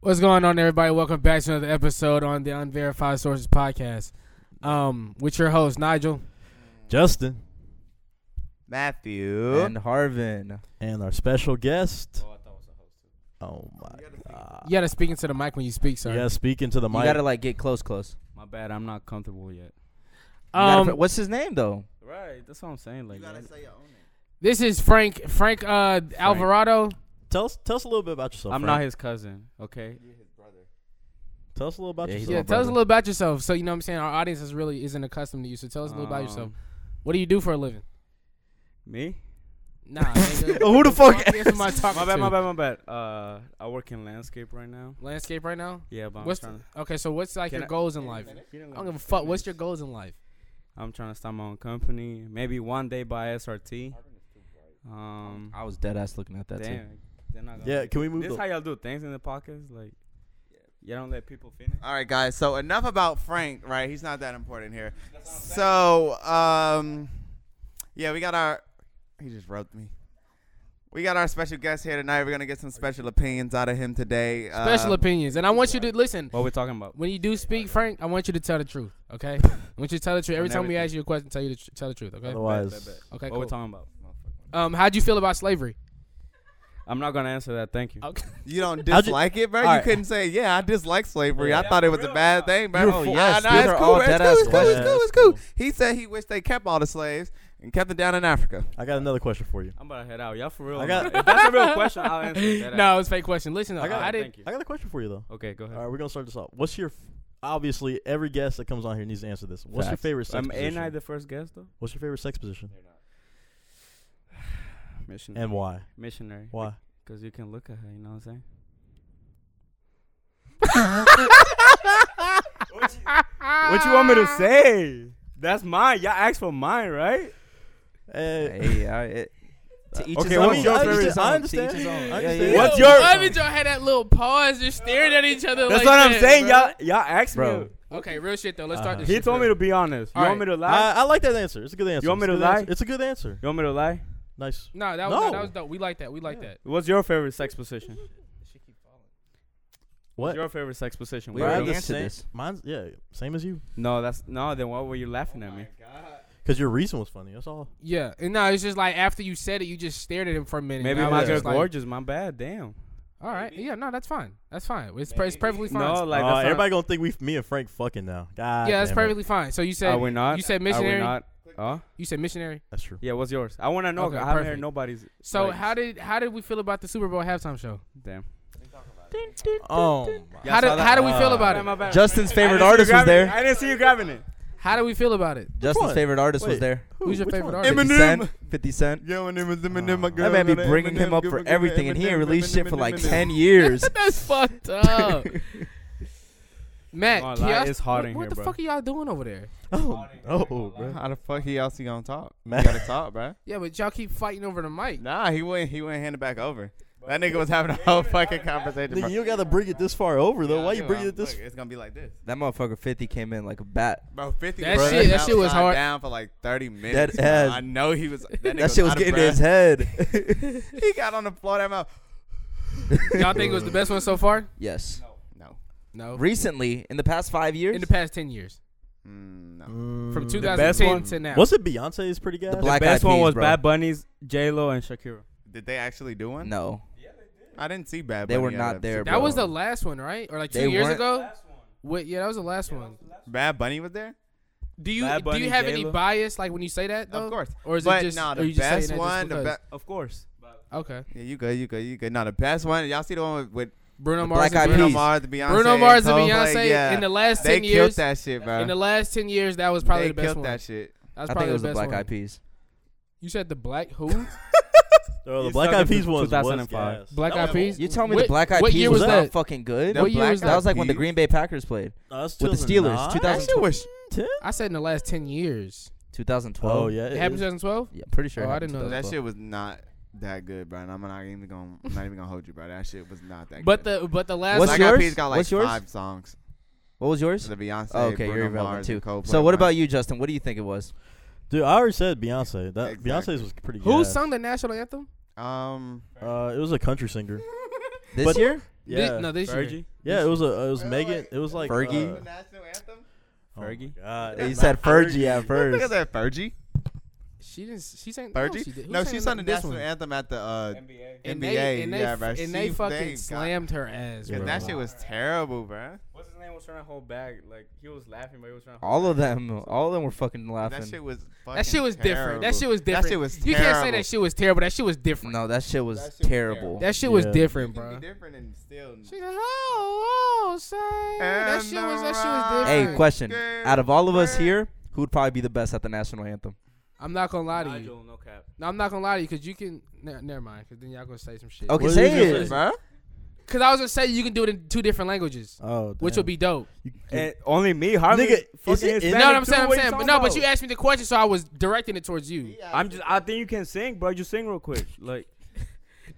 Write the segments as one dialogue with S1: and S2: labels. S1: What's going on, everybody? Welcome back to another episode on the Unverified Sources Podcast. Um, with your host Nigel.
S2: Justin
S3: Matthew.
S4: and Harvin.
S2: and our special guest. Oh my
S1: You gotta speak into the mic when you speak, sir.
S2: Yeah, speaking to the
S4: You
S2: mic.
S4: gotta like get close, close.
S5: My bad, I'm not comfortable yet.
S4: You gotta
S1: Um,
S4: pr- what's his name though?
S5: Right, that's what I'm saying. Like, man,
S1: this is Frank Frank uh Alvarado.
S2: tell us, tell us a little bit about yourself.
S5: I'm
S2: Frank.
S5: not his cousin. Okay,
S2: Tell us a little about
S4: Yeah, he's
S2: yourself.
S1: Yeah,
S4: our
S1: tell us a
S4: brother.
S1: little about yourself. So you know what I'm saying our audience is really isn't accustomed to you. So tell us a little about yourself.
S5: Um,
S1: What do you do for a living?
S5: Me?
S1: Nah, nigga.
S2: Who the fuck
S1: That's my talking
S5: My bad,
S1: to.
S5: my bad, my bad. Uh, I work in landscape right now.
S1: Landscape right now.
S5: Yeah, but I'm
S1: What's
S5: trying.
S1: okay? So what's like
S5: Can
S1: your
S5: I-
S1: goals in life?
S5: You know,
S1: I don't give a fuck. What's your goals in life?
S5: I'm trying to start my own company. Maybe one day buy SRT. Um,
S4: I was dead ass looking at that too.
S5: damn, they're not gonna.
S2: Yeah, can we move?
S5: this
S2: the,
S5: how y'all do things in the podcast? Like, you don't let people finish.
S3: All right, guys. So enough about Frank. Right, he's not that important here. So, um, yeah, we got our. He just rubbed me. We got our special guest here tonight. We're gonna get some special opinions out of him today.
S5: Uh,
S1: Special
S3: Um,
S1: opinions, and I want you to listen.
S5: What we talking about?
S1: When you do speak, Frank, I want you to tell the truth. Okay, I want you to tell the truth every time we
S5: everything.
S1: ask you a question. Tell you to tr- tell the truth. Okay.
S2: otherwise,
S5: Bet, bet, bet.
S1: Okay.
S5: What
S1: Cool.
S5: we talking about?
S1: Um, how'd you feel about slavery?
S5: I'm not gonna answer that. Thank you.
S1: Okay.
S3: You don't
S2: How'd you-
S3: dislike it, bro.
S2: All
S3: You
S2: right.
S3: couldn't say, "Yeah, I dislike slavery. I
S5: Yeah,
S3: thought it was
S5: for
S3: a
S5: real.
S3: bad thing, bro."
S4: You're
S3: Oh, yeah,
S4: full- yes,
S3: nah,
S4: these
S3: it's
S4: are
S3: cool,
S4: all
S3: bro. It's
S4: dead-ass
S3: cool. It's cool. It's cool.
S2: questions.
S3: It's cool. He said he wished they kept all the slaves and kept them down in Africa.
S2: I got another question for you.
S5: I'm about to head out. Y'all for real?
S2: I
S5: or
S2: got-
S5: not? if that's a real question, I'll answer it. Dead ass.
S1: No, it's a fake question. Listen, though,
S2: I
S1: I,
S2: got-
S5: Alright,
S1: didn't.
S5: Thank you.
S2: I got a question for you though.
S5: Okay, go ahead.
S2: All right, we're gonna start this off. What's your f- obviously every guest that comes on here needs to answer this. What's your
S4: Facts.
S2: favorite sex
S5: Um, ain't
S2: position?
S5: I the first guest though?
S2: What's your favorite sex position
S5: Missionary.
S2: and why?
S5: missionary.
S2: Why?
S5: Because you can look at her. You know what I'm saying? what you want me to say? That's mine. Y'all asked for mine, right?
S2: Eh,
S4: Hey,
S5: uh,
S4: I, it, to each
S2: Okay,
S4: his
S2: well,
S4: own.
S2: I mean, I
S4: to each
S2: understand-
S4: his
S2: I
S4: own, to each his
S2: understand.
S4: own.
S2: I
S4: Yeah,
S2: understand.
S1: Yo,
S4: yeah,
S5: What's
S4: yeah.
S5: your-
S1: Why did y'all had that little pause? Just staring at each other.
S5: That's
S1: like
S5: what I'm
S1: that,
S5: saying.
S1: bro?
S5: Y'all, y'all asked
S4: Bro.
S5: me.
S1: Okay, real shit though. Let's start
S2: Uh-huh.
S1: this.
S5: To, he
S1: shit
S5: told me
S1: real.
S5: to be honest. You
S1: All
S5: want me
S1: right.
S5: to lie?
S2: I, I like that answer. It's a good answer.
S5: want me
S2: It's a
S5: to
S2: good answer.
S5: lie?
S2: It's a good answer.
S5: you want me to lie?
S2: Nice.
S1: No, that was
S2: No.
S1: that was dope. We like that. We like that.
S5: What's your favorite sex position?
S2: What?
S5: Your favorite sex position?
S4: We
S2: Mine
S5: Where
S4: already
S2: the
S5: you-
S4: answered
S2: same-
S4: this.
S2: Mine's yeah, same as you.
S5: No, that's no. Then why were you laughing at me?
S2: Cause your reason was funny. That's all.
S1: Yeah, and no, it's just like after you said it, you just stared at him for a minute.
S5: Maybe
S1: I was
S5: my
S2: was
S5: girl
S1: just like,
S5: gorgeous. My bad. Damn.
S1: All right, yeah, no, that's fine. That's fine. It's, per- it's perfectly fine.
S5: No, like
S2: Uh,
S5: that's
S2: everybody gonna think we, f- me and Frank, fucking now. God.
S1: yeah, that's
S2: damn it.
S1: perfectly fine. So you
S5: Not,
S1: said
S5: are we not?
S1: you said
S5: Are
S1: missionary?
S5: we not? Huh?
S1: you said missionary.
S2: That's true.
S5: Yeah, what's yours? I want to know.
S1: Okay,
S5: 'cause I haven't
S1: perfect.
S5: heard nobody's.
S1: So
S5: like,
S1: how did how did we feel about the Super Bowl halftime show?
S5: Damn.
S2: Oh. my-
S1: how did how did we feel
S2: Uh,
S1: about
S5: My
S1: it?
S5: bad.
S4: Justin's
S5: I didn't
S4: favorite
S5: see you
S4: artist was
S5: grabbing it.
S4: there.
S5: I didn't see you grabbing it.
S1: How did we feel about it?
S2: one?
S4: Justin's favorite artist
S2: Wait.
S4: was there.
S2: Who?
S1: Who's your
S2: Which
S1: favorite
S2: one?
S1: artist?
S4: 50
S3: Eminem.
S4: Cent. 50 Cent.
S3: Yo, and it was Eminem, my
S4: That
S3: girl.
S4: man be bringing him up for everything, and he ain't released shit for like 10 years.
S1: That's fucked up. Matt,
S5: Gonna
S1: can
S5: lie,
S1: y'all-
S5: it's hot
S1: what,
S5: in
S1: what
S5: here,
S1: the
S5: bro.
S1: fuck are y'all doing over there?
S2: Oh, no, bro.
S3: How the fuck he else he gonna talk?
S2: Man.
S3: You gotta talk, bro.
S1: Yeah, but y'all keep fighting over the mic.
S3: Nah, he wouldn't. He wouldn't hand it back over. That nigga was having a whole fucking conversation.
S2: Nigga,
S3: bro.
S2: you gotta bring it this far over though.
S3: Yeah,
S2: Why
S3: I
S2: you
S3: do.
S2: bringing
S3: I'm-
S2: it this?
S3: Look, it's gonna be like this,
S4: That motherfucker 50 came in like a bat.
S3: bro. Fifty.
S1: That
S3: was
S1: shit-
S3: sitting
S1: that shit was
S3: outside
S1: hard.
S3: Down for like thirty minutes.
S4: Dead ass.
S3: bro. I know he was. That, nigga
S4: That shit was
S3: out of
S4: getting to his
S3: breath.
S4: head.
S3: He got on the floor. That mouth.
S1: Y'all think it was the best one so far?
S4: Yes.
S3: No.
S1: No.
S4: Recently, in the past five years,
S1: In the past ten years,
S3: Mm, no.
S1: from
S2: Mm.
S5: one?
S1: 2010 to now.
S2: Was it Beyonce's pretty gas?
S4: The Black
S5: Best
S4: Eyed
S5: one
S4: Peas,
S5: was
S4: bro.
S5: Bad Bunny's, J Lo, and Shakira.
S3: Did they actually do one?
S4: no,
S3: I didn't see Bad.
S4: They
S3: Bunny
S4: were
S3: at
S4: not
S3: the
S4: there,
S3: Super
S1: that
S4: bro.
S3: Bowl.
S1: was the last one, right? Or like two
S4: They
S1: years
S4: weren't-
S1: ago? Wait, yeah, that was the last one.
S3: Bad Bunny was there.
S1: Do you
S5: Bad
S1: do
S5: Bunny,
S1: you have any
S5: J-Lo?
S1: bias like when you say that though?
S3: Of course.
S1: Or is
S3: but
S1: it just
S3: nah,
S1: are
S3: the
S1: you just
S3: best
S1: saying that
S3: one. The
S1: just
S3: best.
S5: Of course.
S1: be- okay.
S3: Yeah, you good. You good. You good. Not the best one. Y'all see the one with, with
S1: Bruno
S4: The
S1: Mars,
S4: Black
S1: and
S4: Eyed
S1: Beyonce-
S3: Bruno
S4: Peas.
S3: Mars, the Beyonce,
S1: Bruno Mars and
S3: Coldplay,
S1: Beyonce
S3: yeah.
S1: in the last
S3: They
S1: ten
S3: killed
S1: years.
S3: that shit, bro.
S1: In the last ten years, that was probably
S3: they
S1: the best
S3: killed
S1: one.
S3: that shit.
S1: That was
S4: I
S1: probably
S4: think it was
S1: the
S4: the
S1: best
S4: Black
S1: one.
S4: Eyed Peas.
S1: You said the Black who?
S2: Oh, the
S5: He's
S2: Black Eyed
S5: talking
S2: Peas
S5: to
S2: one was
S5: 2005.
S2: gas.
S1: Black
S2: That
S1: Eyed
S2: was-
S1: Peas.
S4: You tell me
S1: What-
S4: the Black Eyed
S1: what
S4: Peas
S1: year
S4: was,
S1: was
S4: not
S1: that?
S4: fucking good.
S1: What
S3: The
S1: year
S3: Black
S1: was
S4: that was like
S3: Eyed
S4: when the
S3: Peas?
S4: Green Bay Packers played.
S2: That was
S4: With the Steelers,
S2: 2009?
S3: That shit was
S2: 10?
S1: I said in the last ten years.
S4: 2012.
S2: Oh yeah,
S1: It
S2: it
S1: happened
S2: is.
S1: 2012.
S4: Yeah, I'm pretty sure.
S1: Oh,
S4: it
S1: I
S4: happened
S1: didn't know
S3: That
S4: 2012.
S3: shit was not that good, bro. And I'm not even gonna, I'm not even gonna hold you, bro. That shit was not that
S1: But
S3: good.
S1: the but the last
S4: What's
S3: Black
S1: Black Eyed-
S4: your- yours?
S3: Eyed Peas got like
S4: What's yours?
S3: five songs.
S4: What was yours?
S3: The Beyonce,
S4: Oh, okay,
S3: Bruno
S4: you're irrelevant
S3: Mars,
S4: too.
S3: and Coldplay.
S4: So what
S3: Mine.
S4: about you, Justin? What do you think it was?
S2: Dude, I already said Beyonce. That
S3: Exactly.
S2: Beyonce's was pretty.
S1: who
S2: gas.
S1: sung the national anthem?
S3: Um,
S2: Uh, it was a country singer.
S4: This
S2: But-
S4: year?
S1: Thi-
S2: Yeah.
S1: no, this year.
S5: Fergie.
S2: yeah, it was a it was
S3: Really?
S2: Megan. It was like
S4: Fergie?
S2: uh,
S3: national anthem?
S2: oh my
S5: Fergie?
S2: God.
S4: He said Fergie at
S3: Look at
S4: first.
S3: that, Fergie.
S1: She didn't. She sang. No, she,
S3: Fergie?
S1: did. Who
S3: No, she
S1: sang
S3: sung the
S1: this
S3: national
S1: one?
S3: anthem at the uh,
S5: NBA.
S1: And
S3: NBA.
S1: they, and they,
S3: yeah,
S1: f-
S3: bro.
S1: and they
S3: She-
S1: fucking
S3: they got-
S1: slammed her ass. bro.
S2: Yeah,
S3: Cause that shit was terrible, bro.
S5: What's his name was trying to hold back? Like he was laughing, but he was trying. To
S4: All of them, all of them were fucking laughing.
S3: That shit was. Fucking
S1: That shit was different. That
S3: terrible.
S1: shit was different.
S3: That shit was
S1: You
S3: terrible.
S1: can't say that shit was terrible. That shit was different.
S4: no, that shit was
S3: That shit was
S4: terrible.
S1: That shit was
S2: Yeah.
S1: different,
S3: You
S1: bro.
S3: can be different and still.
S1: She said, "Oh, oh, say that
S3: And
S1: shit was that
S3: the
S1: shit was different."
S4: hey, question:
S3: Damn,
S4: Out of all of us
S3: man.
S4: here, who would probably be the best at the national anthem?
S1: I'm not gonna lie to you.
S5: Nigel, no cap.
S1: No, I'm not gonna lie to you because you can. Ne- never mind, because then y'all gonna say some shit.
S4: Okay,
S2: What
S4: say
S2: did you
S4: it.
S2: say?
S3: bro.
S1: Because I was gonna say you can do it in two different languages,
S2: Oh,
S1: which
S2: damn.
S1: would be dope.
S5: And only me, Harvey.
S2: Nigga,
S5: fucking
S2: is it-
S5: Hispanic
S1: You know what I'm
S5: too?
S1: saying? I'm
S5: you
S1: saying, but
S5: talking
S1: no, but you
S5: about?
S1: asked me the question, so I was directing it towards you.
S5: I'm just. I think you can sing, bro. You sing real quick. Like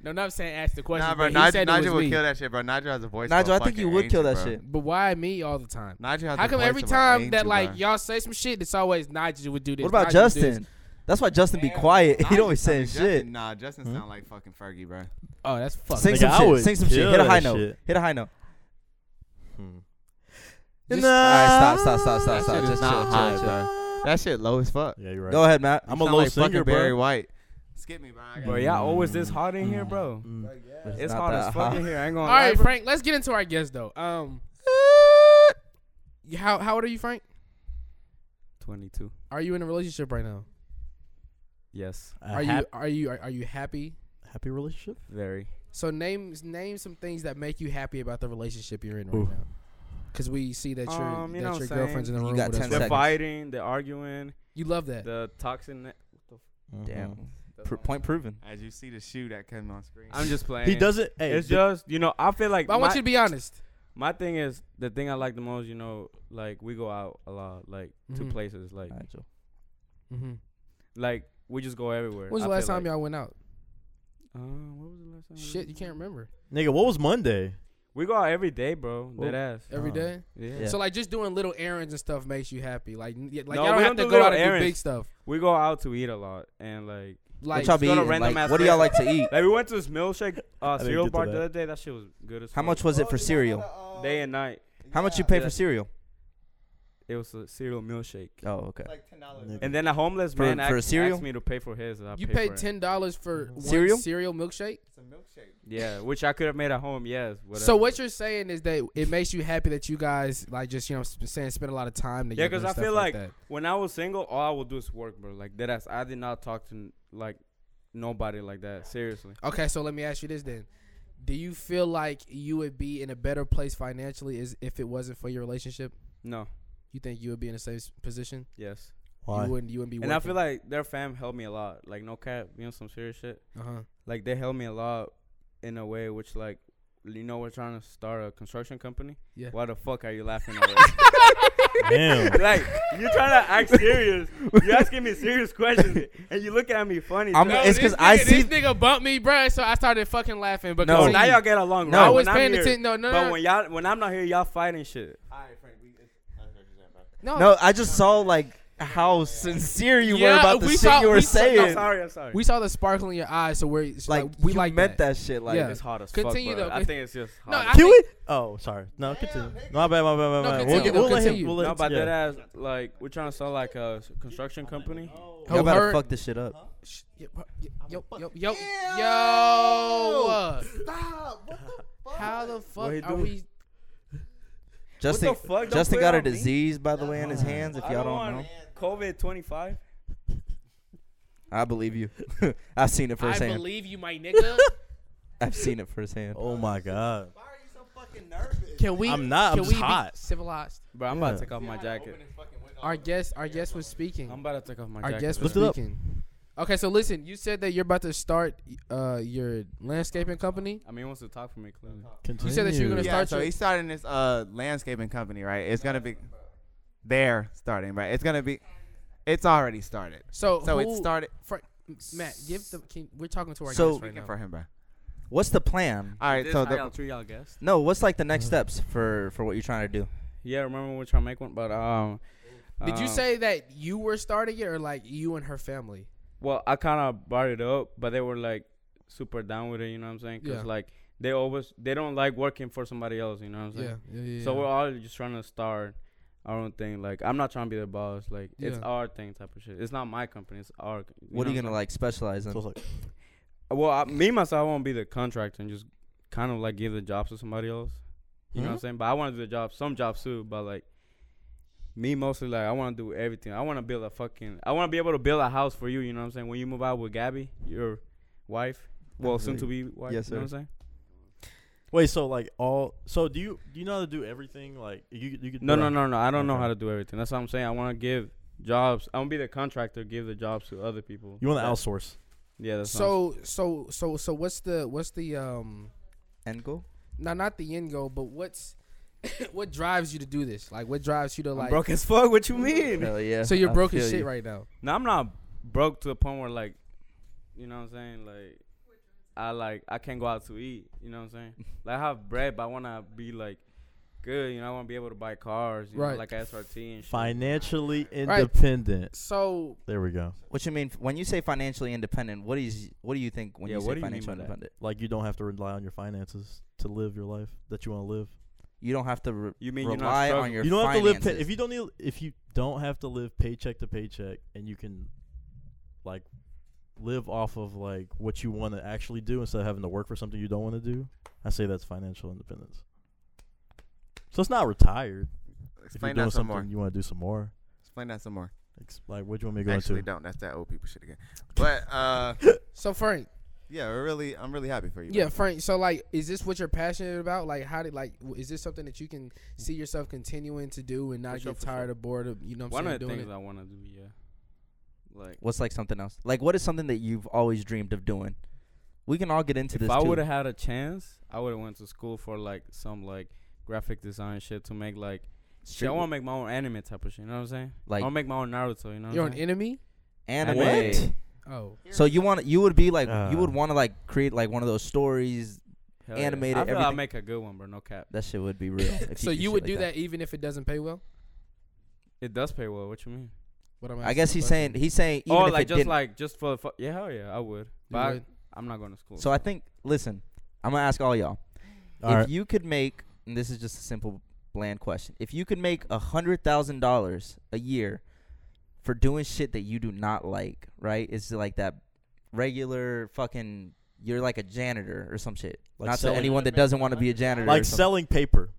S1: No, no, I'm saying ask the question.
S3: Nah,
S1: but
S3: bro.
S1: he
S3: Nigel,
S1: said it
S3: Nigel
S1: was
S3: would
S1: me.
S3: kill that shit, bro. Nigel has a voice. of a
S4: Nigel, I think you
S3: fucking
S4: would kill
S3: angel,
S4: that
S3: bro.
S4: shit.
S1: But why me all the time?
S3: Nigel has
S1: How
S3: the
S1: come
S3: voice
S1: every
S3: of an
S1: time that
S3: angel,
S1: like
S3: bro.
S1: y'all say some shit, it's always Nigel would do this.
S4: What about
S1: Nigel would do this.
S4: Justin? That's why Justin be quiet. He
S1: Nigel-
S4: don't always
S3: I mean,
S4: saying shit.
S3: Justin, nah, Justin sound like fucking Fergie, bro.
S1: Oh, that's fucked.
S4: Sing
S2: Nigga,
S4: some
S2: I
S4: shit.
S2: would
S4: Sing some shit.
S2: kill
S4: Hit a
S2: that
S4: high note.
S2: shit.
S4: Hit a high note.
S2: Hmm.
S1: Just-
S4: All right, stop, stop, stop,
S1: That
S4: stop,
S1: shit
S4: stop.
S1: is
S4: Just
S1: not
S4: chill,
S3: high,
S4: chill,
S3: bro.
S4: chill.
S3: That shit low as fuck.
S2: Yeah, you're right.
S4: Go ahead, Matt.
S2: I'm
S3: You
S2: a
S3: sound
S2: low
S3: like
S2: singer,
S3: fucking Barry
S2: bro.
S3: White. Skip me, bro. I
S5: Bro,
S3: got
S5: y'all always this hot in here, bro.
S2: Mm.
S5: It's,
S4: not
S5: hot
S4: that
S5: as fuck
S4: hot.
S5: in here. I ain't gonna
S1: All
S5: lie,
S1: right,
S5: bro.
S1: Frank. Let's get into our guest though. Um, you- how how old are you, Frank?
S5: 22.
S1: Are you in a relationship right now?
S5: Yes,
S2: A
S1: Are you
S2: hap-
S1: are you are, are you happy?
S2: happy relationship?
S5: very.
S1: So name name some things that make you happy about the relationship you're in right
S2: Oof.
S1: now. Because we see that your
S5: Um, you
S1: that
S5: know what
S1: your
S5: I'm saying?
S1: girlfriend's in the
S4: You
S1: room
S4: got
S1: with us.
S4: 10
S5: They're
S4: seconds.
S5: fighting. They're arguing.
S1: You love that.
S5: The toxin.
S4: Damn. Pr- point proven.
S3: As you see the shoe that came on screen.
S5: I'm just playing.
S2: He doesn't. Hey,
S5: It's
S2: ju-
S5: just you know. I feel like
S1: but I want
S5: my-
S1: you to be honest.
S5: My thing is the thing I like the most, you know, like we go out a lot, like
S1: Mhm.
S5: to places, like
S4: Nigel.
S1: Mm-hmm.
S5: like we just go everywhere.
S1: When was the last time y'all went out?
S5: y'all? Uh, what was the last time? we
S1: Shit,
S5: went
S1: you can't
S5: out?
S1: remember
S2: nigga, what was Monday?
S5: We go out every day, bro.
S2: Well,
S5: Dead ass.
S1: every
S2: Uh,
S1: day.
S5: Yeah.
S4: Oh, yeah.
S1: So like just doing little errands and stuff makes you happy. Like n- yeah, like
S5: No,
S1: y'all don't
S5: we
S1: have
S5: don't
S1: to
S5: do
S1: go
S5: little
S1: out and do
S5: errands.
S1: big stuff.
S5: We go out to eat a lot, and like
S1: Like
S4: what y'all be
S5: go to
S4: eating?
S5: random
S4: Like,
S5: ass
S4: what do y'all like
S5: places.
S4: to eat?
S5: like we went to this milkshake uh,
S2: didn't
S5: cereal
S2: get to
S5: bar the
S2: that.
S5: other day. That shit was good as
S4: How
S5: fuck.
S4: much was it for cereal?
S5: Day and night.
S4: How much you pay
S5: Yeah.
S4: for cereal?
S5: It was a cereal milkshake.
S4: Oh, okay.
S3: Like ten dollars.
S2: Nigga.
S5: And then a homeless
S4: For-
S5: man
S4: for
S5: asked,
S4: cereal?
S5: asked me to pay for his. And I
S1: you
S5: paid
S1: paid
S5: for it.
S1: ten dollars for one
S4: Cereal?
S1: cereal milkshake.
S3: It's a milkshake.
S5: Yeah, which I could have made at home. Yes. uh, Whatever.
S1: So what you're saying is that it makes you happy that you guys like just you know sp- saying spend a lot of time together.
S5: Yeah, 'cause
S1: and
S5: I
S1: stuff
S5: feel
S1: like,
S5: like-
S1: that.
S5: When I was single, all I would do is work, bro. Like that ass. I did not talk to n- like nobody like that. Seriously.
S1: Okay, so let me ask you this then: Do you feel like you would be in a better place financially is if it wasn't for your relationship?
S5: No.
S1: You think you would be in the same s- position?
S5: Yes.
S1: You
S2: Why?
S1: wouldn't. You wouldn't be.
S5: And I feel like their fam helped me a lot. Like no cap, you know some serious shit.
S1: uh huh.
S5: Like they helped me a lot in a way which like you know we're trying to start a construction company.
S1: Yeah.
S5: Why the fuck are you laughing at us?
S2: Damn.
S5: like you're trying to act serious. You're asking me serious questions and you looking at me funny.
S4: I'm-
S5: too.
S4: No, it's 'cause I see-
S1: this nigga bumped me, bruh. So I started fucking laughing. But
S4: No.
S5: So
S1: continue.
S5: now y'all get along.
S4: No.
S5: right?
S1: I was
S5: When I'm
S1: paying
S5: here-
S1: attention. No, no,
S5: But
S1: no.
S5: when y'all when I'm not here, y'all fighting shit.
S3: All right, Frank. We. It's, I know what you're saying, bro.
S1: no,
S4: No, I just saw like how sincere you were
S1: Yeah,
S4: about the
S1: we
S4: shit
S1: saw-
S4: you were
S1: we saw- no,
S5: I'm
S4: saying.
S5: sorry. I'm sorry.
S1: We saw the sparkle in your eyes, so we're so,
S4: like
S1: like, we
S4: you
S1: like
S4: meant
S1: that.
S4: that. shit. Like,
S1: Yeah.
S5: It's hot as
S1: Continue,
S5: fuck. Bro.
S1: though.
S5: I think it's just hot.
S1: No,
S5: as
S1: I
S2: Can
S1: think-
S2: we? Oh, sorry. No, continue. No, my bad, my bad, my
S1: No,
S2: bad.
S1: continue,
S2: we'll get,
S1: no,
S2: we'll let him.
S1: continue.
S2: We'll
S5: no,
S2: let
S5: but
S2: yeah.
S5: that ass, like, we're trying to start like a s- construction company.
S4: Y'all better
S1: her-
S4: fuck this shit up.
S1: Sh- Yo, yo, yo, yo,
S3: Ew.
S1: yo.
S3: Stop. What the fuck?
S1: How the fuck
S5: What he
S1: are
S5: doing?
S1: we?
S4: Justin,
S5: fuck? Don't
S4: Justin
S5: put it
S4: got a
S5: on me.
S4: disease by the way in his hands. If y'all don't know,
S5: COVID 25.
S4: I believe you. I've seen it
S1: I
S4: firsthand.
S1: believe you, my nigga.
S4: I've seen it firsthand.
S2: Oh my god.
S3: Why are you so fucking nervous?
S1: Can we?
S2: I'm not, I'm
S1: Can
S2: just
S1: we
S2: hot.
S1: be civilized?
S5: Bro, I'm about to take off my jacket.
S1: Our guest, our guest was speaking.
S5: I'm about to take off my
S1: our
S5: jacket.
S1: guest
S5: bro.
S1: was speaking. Okay, so listen. You said that you're about to start uh, your landscaping company.
S5: I mean, he wants to talk for me, clearly.
S2: Continue.
S1: said that you were gonna-
S3: Yeah,
S1: Start
S3: so
S1: your-
S3: he's starting this uh landscaping company, right? It's gonna be. They're starting, right? It's gonna be. It's already started.
S1: So,
S3: So
S1: who,
S3: it started.
S1: Fra- Matt, give the. Can, we're talking to our guest
S4: So-
S1: right
S3: Speaking
S1: now.
S3: for him, bro.
S4: What's the plan?
S3: All right, so the,
S5: y'all treat y'all guests.
S4: No, what's like the next steps for for what you're trying to do?
S5: Yeah, remember we we're trying to make one, but um.
S1: Did you
S5: um,
S1: say that you were starting it, or like you and her family?
S5: Well, I kind of brought it up, but they were like super down with it. You know what I'm saying? Cause
S1: Yeah.
S5: like they always they don't like working for somebody else. You know what I'm saying?
S1: Yeah, yeah, yeah.
S5: So
S1: yeah.
S5: we're all just trying to start our own thing. Like I'm not trying to be the boss. Like it's
S1: Yeah.
S5: our thing type of shit. It's not my company. It's our. co-
S4: What are
S5: know
S4: you gonna
S5: I'm
S4: like specialize in?
S2: So it's like,
S5: saying? Well, I, me myself, I want to be the contractor and just kind of like give the jobs to somebody else. You
S4: Mm-hmm.
S5: know what I'm saying? But I want to do the job, some jobs too. But like me, mostly like I want to do everything. I want to build a fucking. I want to be able to build a house for you. You know what I'm saying? When you move out with Gabby, your wife, well, soon to be wife.
S4: Yes,
S5: you know what I'm
S4: sir.
S5: saying?
S2: wait, so like all, so do you do you know how to do everything? Like you, you could
S5: No,
S2: do
S5: no,
S2: that-
S5: no, no. I don't know
S2: Okay.
S5: how to do everything. That's what I'm saying. I want to give jobs. I want to be the contractor, give the jobs to other people.
S2: You want to
S5: That-
S2: outsource?
S5: Yeah, that's what I'm
S1: so so so so what's the what's the um
S4: End goal?
S1: now not the end goal, but what's what drives you to do this? Like what drives you to like
S4: broke as fuck. What you mean? Hell yeah.
S1: So you're
S4: I
S1: broke as
S4: feel
S1: shit
S4: you.
S1: right now.
S5: No, I'm not broke to the point where like, you know what I'm saying? Like, I like I can't go out to eat. You know what I'm saying? Like I have bread, but I wanna be like good. You know, I wanna be able to buy cars. You
S1: Right.
S5: Know, like SRT and shit.
S2: Financially
S1: Right.
S2: independent.
S1: So
S2: There we go.
S4: What you mean when you say financially independent? What is what do you think when
S5: Yeah,
S4: you say
S5: what do you mean by
S4: financially
S5: that?
S4: independent?
S2: Like you don't have to rely on your finances to live your life that you want to live.
S4: You don't have to re-
S5: You mean you're not
S4: rely on
S5: struggling.
S4: your
S2: you don't
S4: finances.
S2: have to live pa- if you don't need if you don't have to live paycheck to paycheck and you can like live off of like what you want to actually do instead of having to work for something you don't want to do i say that's financial independence so it's not retired if you're
S3: Explain
S2: doing
S3: that some
S2: something
S3: more.
S2: you want to do some more
S3: Explain that some more.
S2: Ex- like what do you want me to go
S3: Actually,
S2: into
S3: don't. That's that old people shit again. But uh,
S1: so Frank,
S3: yeah, we're really, I'm really happy for you.
S1: yeah, Frank. So like, is this what you're passionate about? Like, how did like, w- is this something that you can see yourself continuing to do and not
S5: For sure,
S1: get
S5: for
S1: tired
S5: sure.
S1: or bored of? You know, what I'm
S5: One
S1: saying
S5: of the
S1: doing
S5: things
S1: it?
S5: I wanna do, yeah. Like
S4: What's like something else? Like what is something that you've always dreamed of doing? We can all get into
S5: if
S4: this.
S5: I
S4: too.
S5: would have had a chance, I would have went to school for like some like graphic design shit to make like. Shit, I
S4: Street-
S5: want to make my own anime type of shit. You know what I'm saying?
S4: Like-
S5: I want to make my own Naruto. You know what
S1: You're
S5: I'm
S1: an
S5: saying?
S1: enemy.
S4: anime.
S5: What?
S1: Oh,
S4: So you want you would be like you would
S2: Uh.
S4: want to like create like one of those stories.
S5: Hell
S4: animated
S5: Yeah. I feel I'll
S4: everything.
S5: make a good one, bro. No cap.
S4: That shit would be real. if
S1: so
S4: did
S1: you
S4: shit
S1: would
S4: like
S1: do that. even if it doesn't pay well.
S5: It does pay well. What you mean?
S1: What am
S4: I guess he's saying he's saying even
S5: oh,
S4: if
S5: like
S4: it
S5: just
S4: didn't.
S5: like just for the fu- yeah, hell yeah, I would. But I,
S1: would?
S5: I'm not going to school.
S4: so I think listen, I'm gonna ask all y'all.
S2: all
S4: if
S2: right
S4: you could make, and this is just a simple, bland question. If you could make a hundred thousand dollars a year for doing shit that you do not like, right? It's like that regular fucking. You're like a janitor or some shit.
S2: Like
S4: Not to
S2: selling-
S4: anyone that doesn't want to be a janitor. or
S2: like
S4: something.
S2: selling paper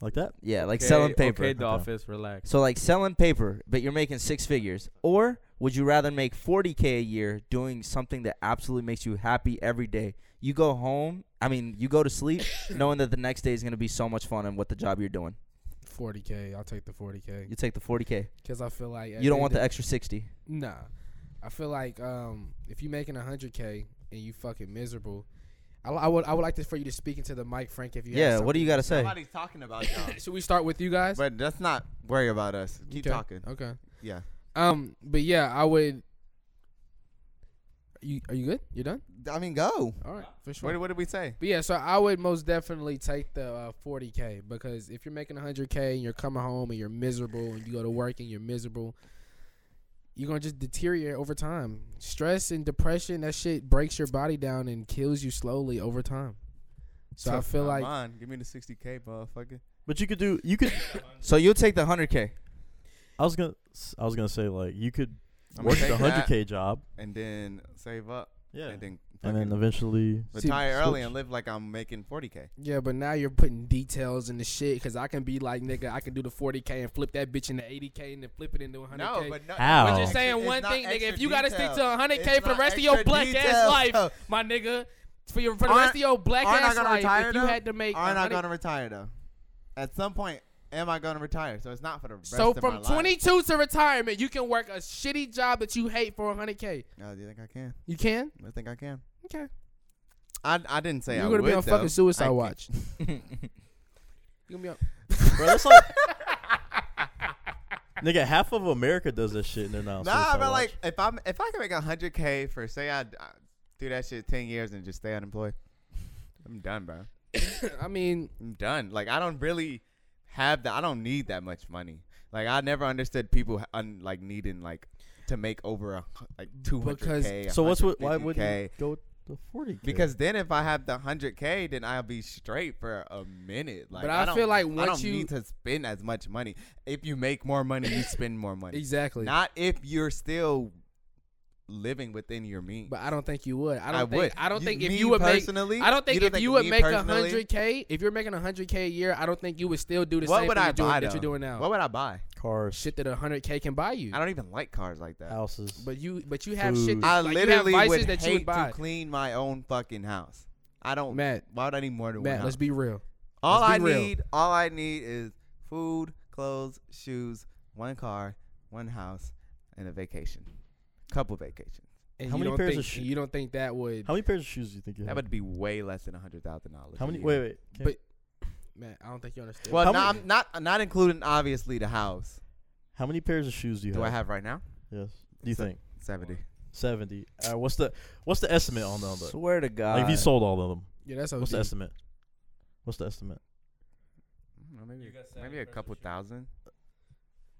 S2: like that
S4: Yeah, like
S5: Okay,
S4: selling paper.
S5: Okay,
S2: Okay.
S5: the office, relax.
S4: So like selling paper, but you're making six figures. Or would you rather make 40k a year doing something that absolutely makes you happy every day? You go home, I mean, you go to sleep knowing that the next day is going to be so much fun and what the job you're doing.
S1: 40k. I'll take the 40k
S4: You take the 40k.
S1: because I feel like at
S4: You don't
S1: end
S4: want
S1: of-
S4: the extra 60.
S1: Nah, I feel like um, if you're making hundred k and you fucking miserable, I, I would I would like this for you to speak into the mic, Frank. If you
S4: Yeah, what do you got to say?
S3: Nobody's talking about y'all.
S1: should we start with you guys?
S3: but let's not worry about us. Keep
S1: Okay,
S3: talking.
S1: Okay.
S3: Yeah.
S1: Um, but yeah, I would. You are you good? You done?
S3: I mean, go.
S1: All right, for sure.
S3: What, what did we say?
S1: But yeah, so I would most definitely take the uh, 40k because if you're making 100k and you're coming home and you're miserable and you go to work and you're miserable, you're gonna just deteriorate over time. Stress and depression, that shit breaks your body down and kills you slowly over time. So I feel
S3: Not
S1: like
S3: mine. give me the 60k, motherfucker.
S2: but you could do you could
S4: So you'll take the 100k.
S2: i was gonna s- i was gonna say like you could
S3: I'm
S2: work
S3: gonna
S2: the
S3: take that
S2: 100k job
S3: and then save up
S2: yeah
S3: and then
S2: and then
S3: fucking
S2: eventually
S1: See,
S3: retire early
S2: switch.
S3: and live like I'm making 40k.
S1: yeah, but now you're putting details in the shit because I can be like nigga, I can do the 40k and flip that bitch into 80k and then flip it into 100k.
S3: no,
S2: How?
S1: We're
S2: Oh.
S1: just saying
S3: It's
S1: one
S3: not
S1: thing, nigga.
S3: extra
S1: If you gotta stick
S3: detail.
S1: to 100k
S3: It's
S1: for the
S3: not
S1: rest of your
S3: extra
S1: black ass
S3: detail.
S1: life, my nigga, for your for the
S3: Aren't-
S1: rest of your black
S3: aren't I
S1: ass
S3: gonna
S1: life,
S3: retire
S1: if you
S3: though?
S1: had to make
S3: Aren't I
S1: 100
S3: gonna retire though? At some point, am I gonna retire? So it's not for the rest
S1: so
S3: of my
S1: from
S3: life.
S1: 22 to retirement, you can work a shitty job that you hate for 100k.
S3: Oh, do you think I can?
S1: You can.
S3: I think I can.
S1: Okay.
S3: I, I didn't say
S1: You're
S3: I
S1: gonna
S3: would.
S1: be on
S3: though.
S1: fucking suicide
S3: I can't-
S1: watch. You're gonna be on.
S2: Bro, that's like Nigga, half of America does that shit and they're not.
S3: Nah,
S2: suicide
S3: but
S2: oh watch.
S3: like if I'm if I can make hundred k for say I, I do that shit ten years and just stay unemployed, I'm done, bro.
S1: I mean,
S3: I'm done. Like I don't really have that. I don't need that much money. Like I never understood people ha- un, like needing like to make over a, hu- like two hundred
S1: Because-
S3: k.
S2: so what's with why would you go? The forty.
S3: Because then if I have the hundred k, then I'll be straight for a minute. Like,
S1: But I
S3: don't-
S1: feel like
S3: I
S1: once
S3: don't
S1: you-
S3: need to spend as much money. If you make more money, you spend more money.
S1: Exactly.
S3: Not if you're still living within your means.
S1: But I don't think you would. I don't
S3: I
S1: think
S3: would.
S1: I don't
S3: You-
S1: think
S3: me
S1: if you would
S3: personally?
S1: make I don't
S3: You
S1: think
S3: don't
S1: if
S3: think
S1: you would
S3: me
S1: make a
S3: personally?
S1: hundred K if you're making a hundred K a year, I don't think you would still do the
S3: what
S1: same
S3: would
S1: thing
S3: I
S1: you're doing,
S3: buy?
S1: that
S3: though?
S1: you're doing now.
S3: What would I buy?
S2: cars,
S1: shit that a hundred K can buy you.
S3: I don't even like cars like that.
S2: houses.
S1: But you but you have shit
S2: Food.
S1: that,
S3: I
S1: like,
S3: literally
S1: you have
S3: would
S1: vices that you
S3: hate
S1: would buy.
S3: to clean my own fucking house. I don't.
S1: Matt.
S3: why would I need more than one
S1: Matt,
S3: house?
S1: let's be real.
S3: all
S1: let's
S3: I
S1: be real.
S3: need, all I need is food, clothes, shoes, one car, one house, and a vacation. Couple vacations.
S1: And
S2: How
S1: you
S2: many
S1: don't
S2: pairs
S1: think,
S2: of sho-
S1: you don't think that would
S2: How many pairs of shoes do you think you
S3: That
S2: have?
S3: would be way less than a hundred thousand dollars.
S2: How many?
S3: a year.
S2: Wait, wait. Can-
S1: But- Matt, I don't think you understand.
S3: Well,
S2: How
S3: no,
S2: many-
S3: I'm not not including obviously the house.
S2: how many pairs of shoes do you
S3: Do
S2: have?
S3: I have right now?
S2: Yes. Do you
S3: Se-
S2: think
S3: Seventy.
S2: seventy? Uh, what's the what's the estimate on them? Though?
S4: Swear to God.
S2: Like if you sold all of them,
S1: yeah, that's
S2: what's
S1: what's
S2: the estimate? What's the estimate?
S3: I don't know, Mm, maybe maybe a couple thousand.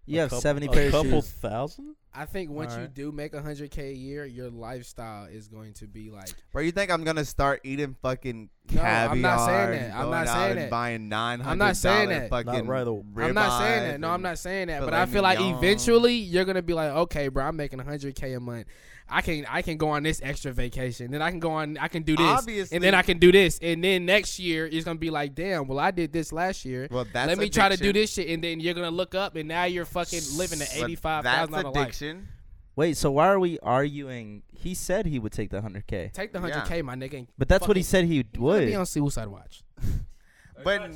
S4: You
S2: A
S4: have
S2: couple-
S4: 70
S2: a
S4: pairs of
S2: couple
S4: shoes.
S2: thousand.
S1: I think once you
S3: Alright.
S1: do make a hundred K a year, your lifestyle is going to be like
S3: Bro, you think I'm gonna start eating fucking
S1: No,
S3: caviar?
S1: I'm not saying
S3: and
S1: that. I'm
S3: going
S1: not
S3: out
S1: saying
S3: and
S1: that.
S3: Buying nine hundred.
S1: I'm not saying that.
S3: Fucking
S2: Not right away.
S1: I'm not saying
S3: ribeyes
S1: that. No, I'm
S3: and-
S1: not saying that. But
S3: filet
S1: I feel like
S3: mignon.
S1: eventually you're gonna be like, okay, bro, I'm making 100k a month. I can I can go on this extra vacation. Then I can go on. I can do this,
S3: Obviously-
S1: and then I can do this, and then next year it's gonna be like, damn, well I did this last year.
S3: Well, that's
S1: Let me try to do
S3: addiction.
S1: this shit, and then you're gonna look up, and now you're fucking living an
S3: But
S1: eighty-five thousand
S3: That's
S1: dollar life.
S3: addiction.
S4: Wait, so why are we arguing? He said he would take the 100K.
S1: Take the 100k, my nigga. and
S4: But that's what he
S1: fucking-
S4: said he
S1: Let me
S4: would.
S1: on Suicide Watch.
S3: But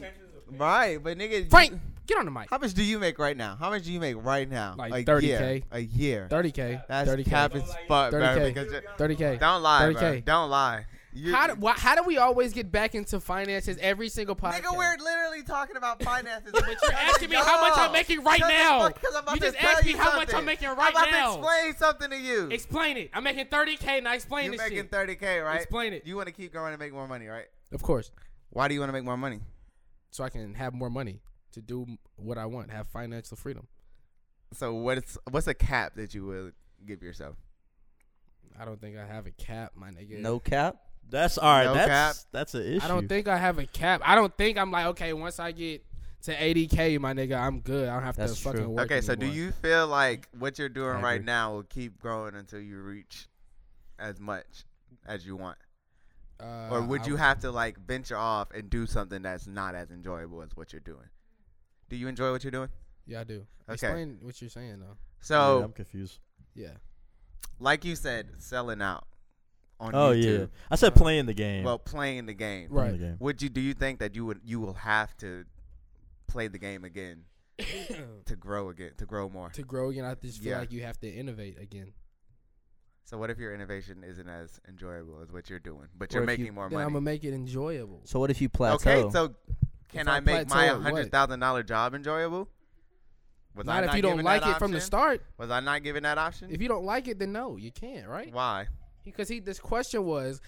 S3: right, but nigga, you-
S1: Frank, get on the mic.
S3: how much do you make right now? How much do you make right now?
S1: Like
S3: a
S1: 30K.
S3: year. A year.
S1: 30k.
S3: That's
S1: 30k.
S3: cap as fuck, bro.
S1: 30K.
S3: Because you-
S1: 30k.
S3: don't lie, bro.
S1: 30K.
S3: Don't lie. You,
S1: How do, why, how do we always get back into finances every single podcast?
S3: nigga, we're literally talking about finances.
S1: But you're asking me how much I'm making right now. You just asked me how much I'm making right
S3: I'm about
S1: now.
S3: to explain something to you.
S1: Explain it. I'm making 30k and I explain
S3: You're
S1: this
S3: making
S1: shit.
S3: 30k, right?
S1: Explain it.
S3: You want to keep growing and make more money, right?
S1: of course,
S3: Why do you want to make more money?
S1: so I can have more money to do m- what I want, have financial freedom.
S3: So what's what's a cap that you will give yourself?
S1: I don't think I have a cap, my nigga.
S4: No cap.
S2: That's all right.
S3: No
S2: that's that's an issue.
S1: I don't think I have a cap. I don't think I'm like okay. Once I get to 80k, my nigga, I'm good. I don't have
S4: That's
S1: to
S4: true.
S1: fucking work.
S3: Okay, so do
S1: anymore.
S3: you feel like what you're doing
S4: I
S3: right
S4: agree.
S3: now will keep growing until you reach as much as you want?
S1: Uh,
S3: Or would
S1: I-
S3: you have to like venture off and do something that's not as enjoyable as what you're doing? Do you enjoy what you're doing?
S1: Yeah, I do.
S3: Okay.
S1: Explain what you're saying though.
S2: Yeah,
S3: So,
S2: I'm confused.
S1: Yeah.
S3: like you said, selling out on
S2: Oh yeah,
S3: YouTube
S2: I said playing the game.
S3: while playing the game.
S1: Right.
S2: Playing the game.
S3: Would you do you think that you would you will have to play the game again to grow again, to grow more?
S1: To grow again, I just feel
S3: Yeah.
S1: like you have to innovate again.
S3: So what if your innovation isn't as enjoyable as what you're doing, but
S4: Or
S3: you're
S4: if you-
S3: making more
S1: Then I'm
S3: money?
S1: gonna make it enjoyable.
S4: So what if you plateau?
S3: Okay, so can
S1: If I
S3: I make my
S1: plateau at what?
S3: hundred thousand dollar job enjoyable? Was I
S1: not if you don't
S3: given
S1: like it
S3: that
S1: from the
S3: option?
S1: start.
S3: Was I not given that option?
S1: If you don't like it, then no, you can't, right?
S3: Why?
S1: Because he, this question was,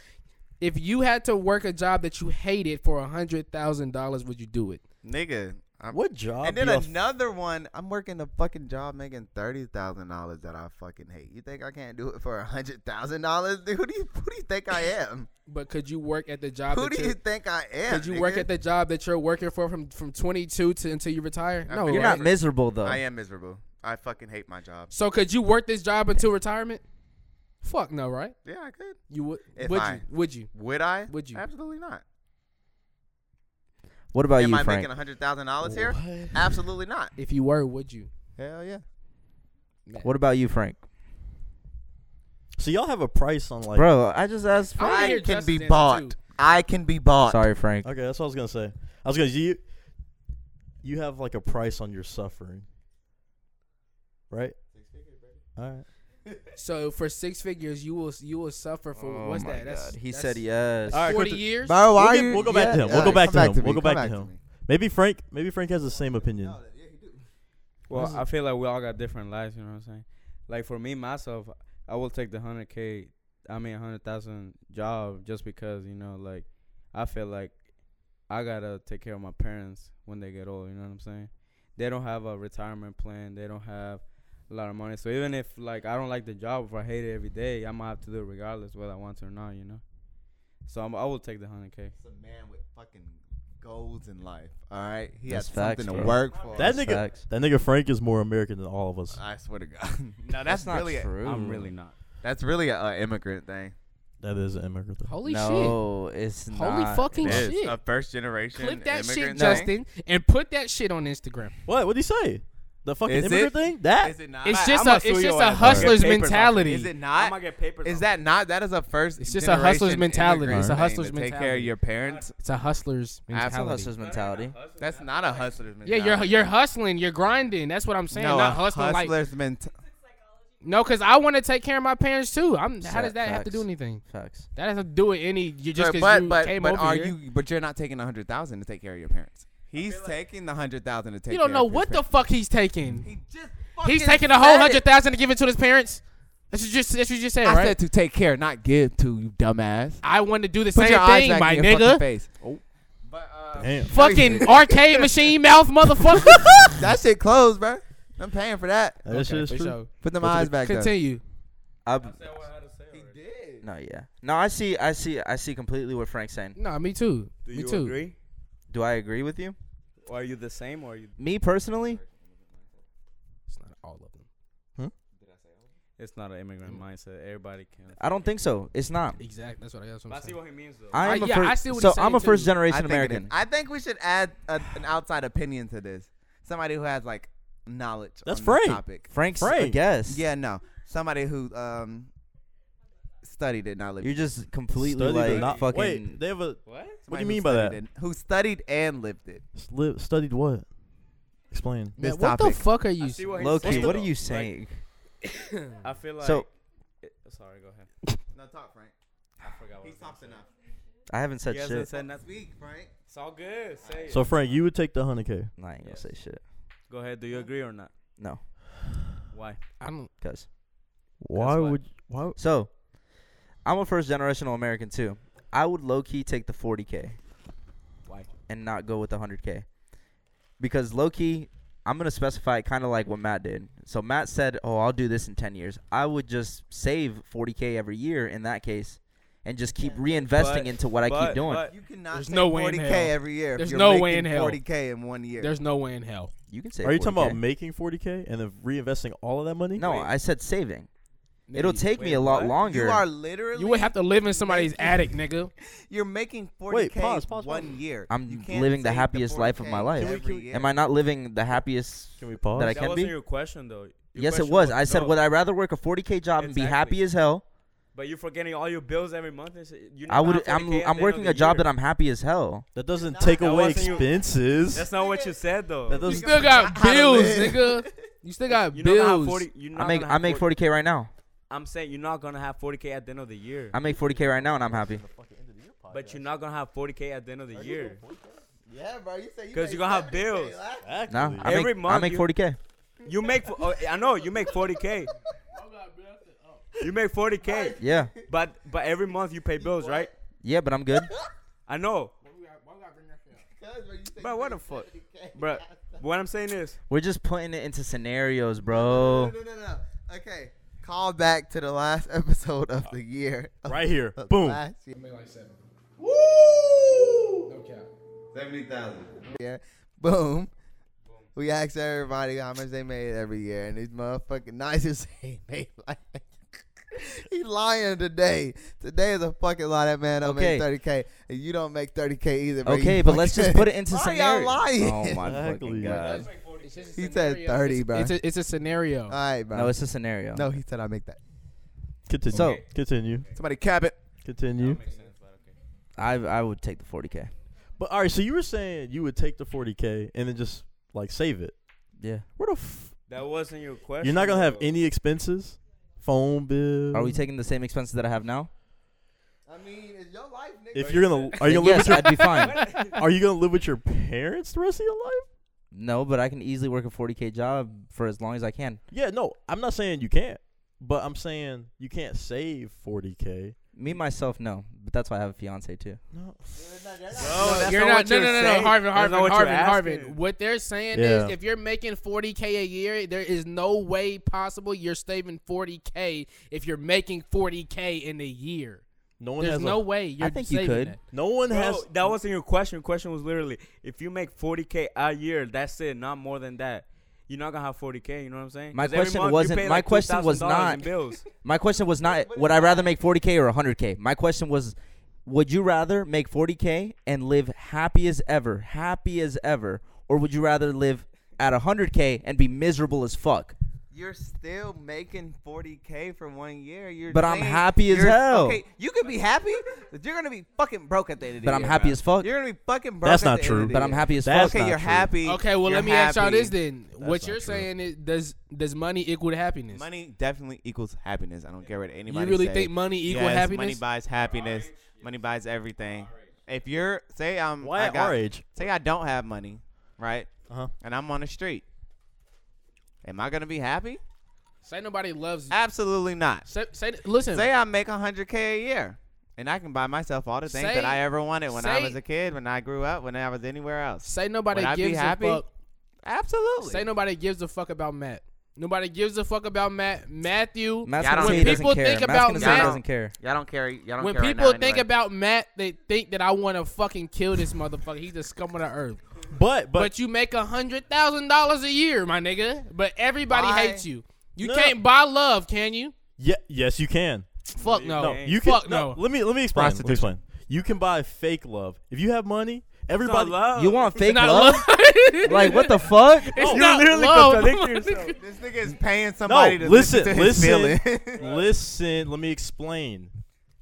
S1: if you had to work a job that you hated for a hundred thousand dollars, would you do it?
S3: Nigga. I'm,
S2: what job?
S3: and then
S2: do y'all f-
S3: another one, I'm working a fucking job making thirty thousand dollars that I fucking hate. You think I can't do it for a hundred thousand dollars? Who do you who do you think I am?
S1: But could you work at the job?
S3: who
S1: that
S3: do
S1: you're-
S3: you think I am?
S1: Could you work
S3: nigga?
S1: at the job that you're working for from from 22 to until you retire?
S3: I
S1: No,
S3: feel
S4: You're
S1: right?
S4: not miserable, though.
S3: I am miserable. I fucking hate my job.
S1: So could you work this job until retirement? Fuck no, right?
S3: Yeah, I could.
S1: You would?
S3: If
S1: would
S3: I-
S1: you? Would you?
S3: Would I?
S1: Would you?
S3: Absolutely not.
S4: What about
S3: am
S4: you,
S3: I
S4: Frank?
S3: making a hundred thousand dollars here? Absolutely not.
S1: If you were, would you?
S3: Hell yeah.
S4: What about you, Frank?
S2: so y'all have a price on like.
S4: Bro, I just asked
S1: I wanna
S4: Frank.
S1: hear
S3: I can
S1: Justin's
S3: be
S1: answer,
S3: bought.
S1: too.
S3: I can be bought.
S4: Sorry, Frank.
S2: Okay, that's what I was gonna say. I was gonna you. You have like a price on your suffering, right? All right.
S1: So for six figures, you will you will suffer for what's that? That's
S4: Oh He
S1: that's
S4: said yes.
S2: All right,
S1: 40
S2: Quentin-
S1: years.
S3: Bro, why
S2: We'll
S3: are
S2: get-
S3: you-
S2: we'll go back to him. We'll
S3: yeah,
S2: go back
S3: come
S2: to him.
S3: me.
S2: We'll go
S3: Come
S2: back to
S3: me.
S2: him. Maybe Frank. Maybe Frank has the same opinion.
S3: Oh,
S5: Well, I feel like we all got different lives. You know what I'm saying? Like for me myself, I will take the hundred k. I mean, hundred thousand job just because you know, like, I feel like I gotta take care of my parents when they get old. You know what I'm saying? They don't have a retirement plan. They don't have a lot of money. So even if like I don't like the job, if I hate it every day, I'm gonna have to do it regardless whether I want to or not. You know? So I'm, I will take the hundred k.
S3: It's a man with fucking goals in life. All right, he
S4: That's
S3: has
S4: facts,
S3: something to
S4: bro.
S3: work for.
S2: That nigga,
S4: Facts.
S2: that nigga Frank is more American than all of us.
S3: I swear to God. no,
S4: That's, not
S3: really A,
S4: true.
S5: I'm really not.
S3: that's really a, uh immigrant thing.
S2: That is an immigrant. Though.
S1: Holy shit.
S4: no, it's not.
S1: Holy fucking
S3: It is
S1: shit.
S3: a first generation.
S1: Clip that shit,
S3: immigrant
S1: Justin,
S3: thing.
S1: and put that shit on Instagram.
S2: What? What would he say? The fucking
S3: Is
S2: immigrant
S3: it?
S2: thing? That?
S3: Is it not?
S1: It's
S3: I-
S1: just
S3: I'ma
S1: a-
S3: sue
S1: it's
S3: your
S1: just a
S3: ass.
S1: hustler's
S3: Get papers off you.
S1: mentality.
S3: Is it not?
S5: gonna get papers.
S3: Is that not? That is a first.
S1: It's just a hustler's
S3: generation
S1: mentality.
S3: immigrant
S1: It's a
S3: thing
S1: hustler's
S3: to Take care of
S1: mentality.
S3: your parents.
S1: It's a hustler's mentality.
S3: That's
S4: That's a hustler's mentality.
S3: That's not a hustler's
S1: Yeah,
S3: mentality.
S1: you're you're hustling, you're grinding. That's what I'm saying.
S3: no,
S1: not
S3: a
S1: hustling like
S3: hustler's mentality.
S1: no, because I want to take care of my parents too. I'm. How
S4: Fact-
S1: does that have to do
S4: facts.
S1: anything?
S4: Facts.
S1: That has to do with any. You just because
S3: but
S1: you
S3: but,
S1: came
S3: but
S1: over
S3: are
S1: here.
S3: you? But you're not taking a hundred thousand to take care of your parents. He's taking the hundred thousand to take.
S1: You don't
S3: care
S1: know
S3: of
S1: what the
S3: his
S1: fuck he's taking.
S3: parents. He just
S1: He's
S3: fucking
S1: taking a whole
S3: said
S1: hundred
S3: it.
S1: thousand to give it to his parents. That's what you just that's what you just said,
S3: I
S1: right?
S3: said to take care, not give to you, dumbass.
S1: I want to do the
S3: Put
S1: same
S3: your eyes
S1: thing,
S3: back
S1: my
S3: in your fucking
S1: nigga.
S3: face. Oh. But, uh,
S2: Damn.
S1: Fucking arcade machine mouth, motherfucker.
S3: that shit closed, bro. I'm paying for that.
S2: That shit is
S1: for
S2: true.
S1: sure.
S3: Put them
S2: Go to
S3: eyes back up.
S1: Continue.
S4: I,
S3: He did.
S4: no, yeah. No, I see. I see. I see completely what Frank's saying.
S1: No, me too.
S5: Do
S1: me
S5: you
S1: too.
S5: agree?
S4: Do I agree with you?
S5: Or are you the same? Or are you?
S4: Me personally,
S1: It's not all of them.
S5: It's not an
S4: Mm.
S5: immigrant mindset. Everybody can.
S4: I don't think so. It's not.
S1: Exactly. That's what I. That's what I'm
S5: I see
S1: saying.
S5: what he means though.
S4: I am
S1: Uh,
S4: a
S1: yeah,
S4: first,
S1: I see what
S4: so
S1: he's
S4: I'm
S1: saying,
S4: a
S1: too.
S4: first
S3: I
S4: generation
S3: think it is.
S4: American.
S3: I think we should add a, an outside opinion to this. Somebody who has like knowledge.
S2: That's
S3: on
S2: Frank.
S3: This topic.
S4: Frank's I
S2: Frank.
S4: guess.
S3: Yeah, no. Somebody who um studied it, not lived.
S4: You're
S3: it.
S4: just completely
S2: Studied
S4: like
S2: and not-
S4: fucking.
S2: Wait, they have a
S5: What?
S2: what do
S3: Somebody
S2: you
S3: who
S2: mean by
S3: studied
S2: that?
S3: it- who studied and lived it.
S2: Sli- studied what? Explain.
S1: Man,
S3: This
S1: what
S3: topic.
S1: the fuck are you? s-
S5: what
S4: Loki,
S5: saying,
S4: what are
S5: though.
S4: you
S5: Like,
S4: saying?
S5: I feel like.
S4: So-
S5: it- sorry, go ahead.
S3: No, talk, Frank.
S5: I forgot. What I was gonna say.
S4: I haven't said
S5: He hasn't
S4: shit.
S5: said nothing.
S3: Speak, Frank.
S5: It's all good. Say it.
S2: So Frank, you would take the hundred k.
S4: No, I ain't gonna say shit.
S5: go ahead. Do you agree or not?
S4: No,
S5: Why?
S1: I don't.
S4: cause
S2: Why
S5: why.
S2: would why?
S4: so. I'm a first generational American too. I would low key take the 40k
S5: Why?
S4: and not go with the 100k because low key. I'm gonna specify kind of like what Matt did. So Matt said, "Oh, I'll do this in 10 years." I would just save 40k every year in that case, and just keep reinvesting
S5: But-
S4: into what I
S5: but-
S4: keep doing.
S5: but
S3: You cannot
S1: There's
S3: take
S1: no way in
S3: 40k
S1: hell.
S3: every year. if
S1: There's
S3: you're
S1: no way
S3: making
S1: in hell.
S3: 40k in one year.
S1: There's no way in hell.
S4: you can save.
S2: Are you talking
S4: 40K.
S2: about making forty k and then reinvesting all of that money?
S4: No,
S5: Wait.
S4: I said saving.
S1: Nigga,
S4: It'll take me
S5: wait,
S4: a lot
S5: what? You
S4: longer.
S3: you are literally.
S1: You would have to live in somebody's
S3: making-
S1: attic, nigga.
S3: You're making 40k
S2: Wait, pause, pause,
S3: one
S2: pause.
S3: year.
S4: I'm
S3: You can't
S4: living the
S3: save
S4: happiest life of
S3: 40K
S4: my life. Can
S2: we-
S3: every
S2: can we-
S3: year.
S4: Am I not living the happiest?
S2: Can we pause?
S4: That I
S5: that
S4: can
S5: wasn't
S4: be?
S5: your question though. Your
S4: yes, it
S5: question
S4: was. I said,
S5: no.
S4: would I rather work a 40k job and be happy
S5: Exactly.
S4: as hell?
S5: But you're forgetting all your bills every month. And shit. You
S4: I would. I'm. I'm working a job that I'm happy as hell.
S2: that doesn't take
S5: That
S2: away
S5: wasn't you.
S2: expenses.
S5: That's not what you said though.
S2: That
S1: You
S2: doesn't.
S1: still got
S3: How to
S1: bills,
S3: live.
S1: nigga. You still got
S5: you not gonna have
S1: bills.
S5: 40, you're not
S4: I make.
S5: gonna
S4: I
S5: have
S4: make 40k right now.
S5: I'm saying you're not gonna have 40k at the end of the year.
S4: I make 40k right now and I'm happy.
S5: but you're not gonna have 40k at the end of the year.
S3: Yeah, bro. You said you
S5: 'Cause
S3: made
S5: you gonna have
S3: 70K
S5: bills.
S3: last-
S4: No, I
S5: Every
S4: make. I
S5: month
S4: make
S5: you-
S4: 40k.
S5: You make. fo- Oh, I know you make 40k. You make 40k,
S4: Yeah.
S5: but but every month you pay bills, right?
S4: Yeah, but I'm good.
S5: I know,
S3: Cuz, bro, you said
S5: Bro,
S3: you
S5: what
S3: made
S5: the fuck?
S3: 70K
S5: but
S3: last-
S5: what I'm saying is,
S4: We're just putting it into scenarios,
S3: No,
S4: bro.
S3: no, no, no. no. Okay. Call back to the last episode of the year. Of-
S2: Right here.
S3: of
S2: Boom.
S3: last year.
S1: No cap.
S3: 70,000. Yeah. Boom. We asked everybody how much they made every year, and these motherfucking nices he made like. He lying today. Today is a fucking lie. That man don't
S4: Okay.
S3: make thirty k, and you don't make thirty k either. bro.
S4: Okay,
S3: You
S4: but let's
S3: fucking-
S4: just put it into
S3: Why y'all
S4: scenarios.
S3: lying?
S4: Oh my
S2: Exactly.
S4: fucking god.
S1: It's just a
S3: He said
S1: scenario.
S3: 30,
S1: It's-
S3: bro.
S1: It's a, it's a scenario.
S3: All right, bro.
S4: No, it's a scenario.
S3: No, he said I make that.
S2: Continue.
S4: So-
S2: continue.
S3: Somebody cap it.
S2: Continue.
S4: I I would take the 40k.
S2: But all right, so you were saying you would take the forty k and then just like save it.
S4: Yeah.
S2: Where the f-
S5: that wasn't your question.
S2: you're not gonna have
S5: though.
S2: any expenses, phone bill.
S4: Are we taking the same expenses that I have now?
S3: I mean, it's your life, nigga.
S2: If you're gonna, are you
S4: Then
S2: gonna
S4: yes,
S2: live
S4: I'd
S2: with
S4: be fine.
S2: your, are you gonna live with your parents the rest of your life?
S4: No, but I can easily work a 40k job for as long as I can.
S2: Yeah, no, I'm not saying you can't, but I'm saying you can't save forty k.
S4: Me myself, no, but that's why I have a fiance too.
S2: No,
S5: No, that's
S1: Oh, you're
S5: not,
S1: not.
S5: what
S1: No,
S5: you're
S1: no, no, no.
S5: saying.
S1: Harvin,
S5: That's not
S1: Harvin,
S5: what you're
S1: Harvin,
S5: asking.
S1: Harvin. What they're saying
S2: Yeah.
S1: is, if you're making 40k a year, there is no way possible you're saving 40k if you're making 40k in a year.
S2: No one
S1: There's
S2: has a-
S1: no way you're
S4: think you
S1: saving
S4: could.
S1: that.
S2: no one has
S5: that wasn't your question. Your question was literally, if you make 40k a year, that's it, not more than that. You're not gonna have 40k. You know what I'm saying?
S4: My
S5: 'Cause every
S4: question
S5: month you
S4: wasn't-
S5: pay
S4: my
S5: like
S4: question was
S5: $2,000 in
S4: not-
S5: bills.
S4: My question was not would I rather make 40k or 100k. My question was would you rather make 40k and live happy as ever, happy as ever, or would you rather live at 100k and be miserable as fuck?
S3: You're still making 40k for one year. You're
S4: But I'm
S3: saying
S4: happy as
S3: you're-
S4: hell.
S3: Okay, you can be happy, but you're gonna be fucking broke at the end of the
S4: But I'm
S3: year,
S4: happy
S3: bro.
S4: as fuck.
S3: You're gonna be fucking broke.
S2: That's
S3: at the
S2: not
S3: end
S2: true.
S3: of the
S4: But I'm
S3: year.
S4: happy as
S2: That's
S4: fuck.
S3: Okay,
S2: not
S3: you're
S2: true.
S3: happy.
S1: Okay, well
S3: you're
S1: let me ask y'all
S3: happy.
S1: this then. what
S2: not
S1: you're
S2: true.
S1: saying is does does money equal happiness?
S3: Money definitely equals happiness. I don't care what
S1: you
S3: anybody.
S1: really
S3: say.
S1: think money equal
S3: Yes,
S1: happiness?
S3: Money buys happiness. Money buys everything. If you're say I'm
S2: why
S3: I
S2: at
S3: got-
S2: our age.
S3: say I don't have money, right?
S2: Uh-huh.
S3: And I'm on the street. Am I gonna be happy?
S1: say nobody loves.
S3: Absolutely not.
S1: Say, say listen.
S3: Say I make 100k a year, and I can buy myself all the things
S1: Say-
S3: that I ever wanted when I
S1: say-
S3: was a kid, when I grew up, when I was anywhere else.
S1: say nobody
S3: Would I be
S1: gives a
S3: happy?
S1: fuck.
S3: Absolutely.
S1: Say nobody gives a fuck about Matt. Nobody gives a fuck about Matt. Matthew.
S4: Matt's
S3: Y'all
S4: gonna
S3: don't-
S4: say he
S3: When
S4: doesn't
S1: people
S4: care.
S1: think
S4: Matt's
S1: about
S4: gonna say
S3: that-
S4: he doesn't care.
S3: y'all don't care. Y'all don't
S1: when
S3: care right
S1: people
S3: now
S1: think
S3: anyway.
S1: about Matt, they think that I want to fucking kill this motherfucker. He's the scum of the earth.
S2: But
S1: But,
S2: but
S1: you make a hundred thousand dollars a year, my nigga. But everybody
S3: Why?
S1: hates you. You
S2: No.
S1: can't buy love, can you?
S2: yeah, yes, you can.
S1: Fuck
S4: Oh,
S1: no.
S2: No,
S5: Dang.
S2: you can.
S1: Fuck no.
S2: Let me let me explain. Let me
S3: Prostitution.
S2: explain. You can buy fake love if you have money.
S5: It's
S2: Everybody,
S5: not love.
S4: You want fake
S1: Not
S4: love?
S1: love.
S4: like what the fuck?
S1: It's
S2: Oh,
S5: You're
S1: not
S5: literally
S1: love.
S5: contradicting yourself.
S3: this nigga is paying
S2: no,
S3: somebody
S2: listen,
S3: to listen, to his
S2: listen,
S3: feelings.
S2: listen. Let me explain.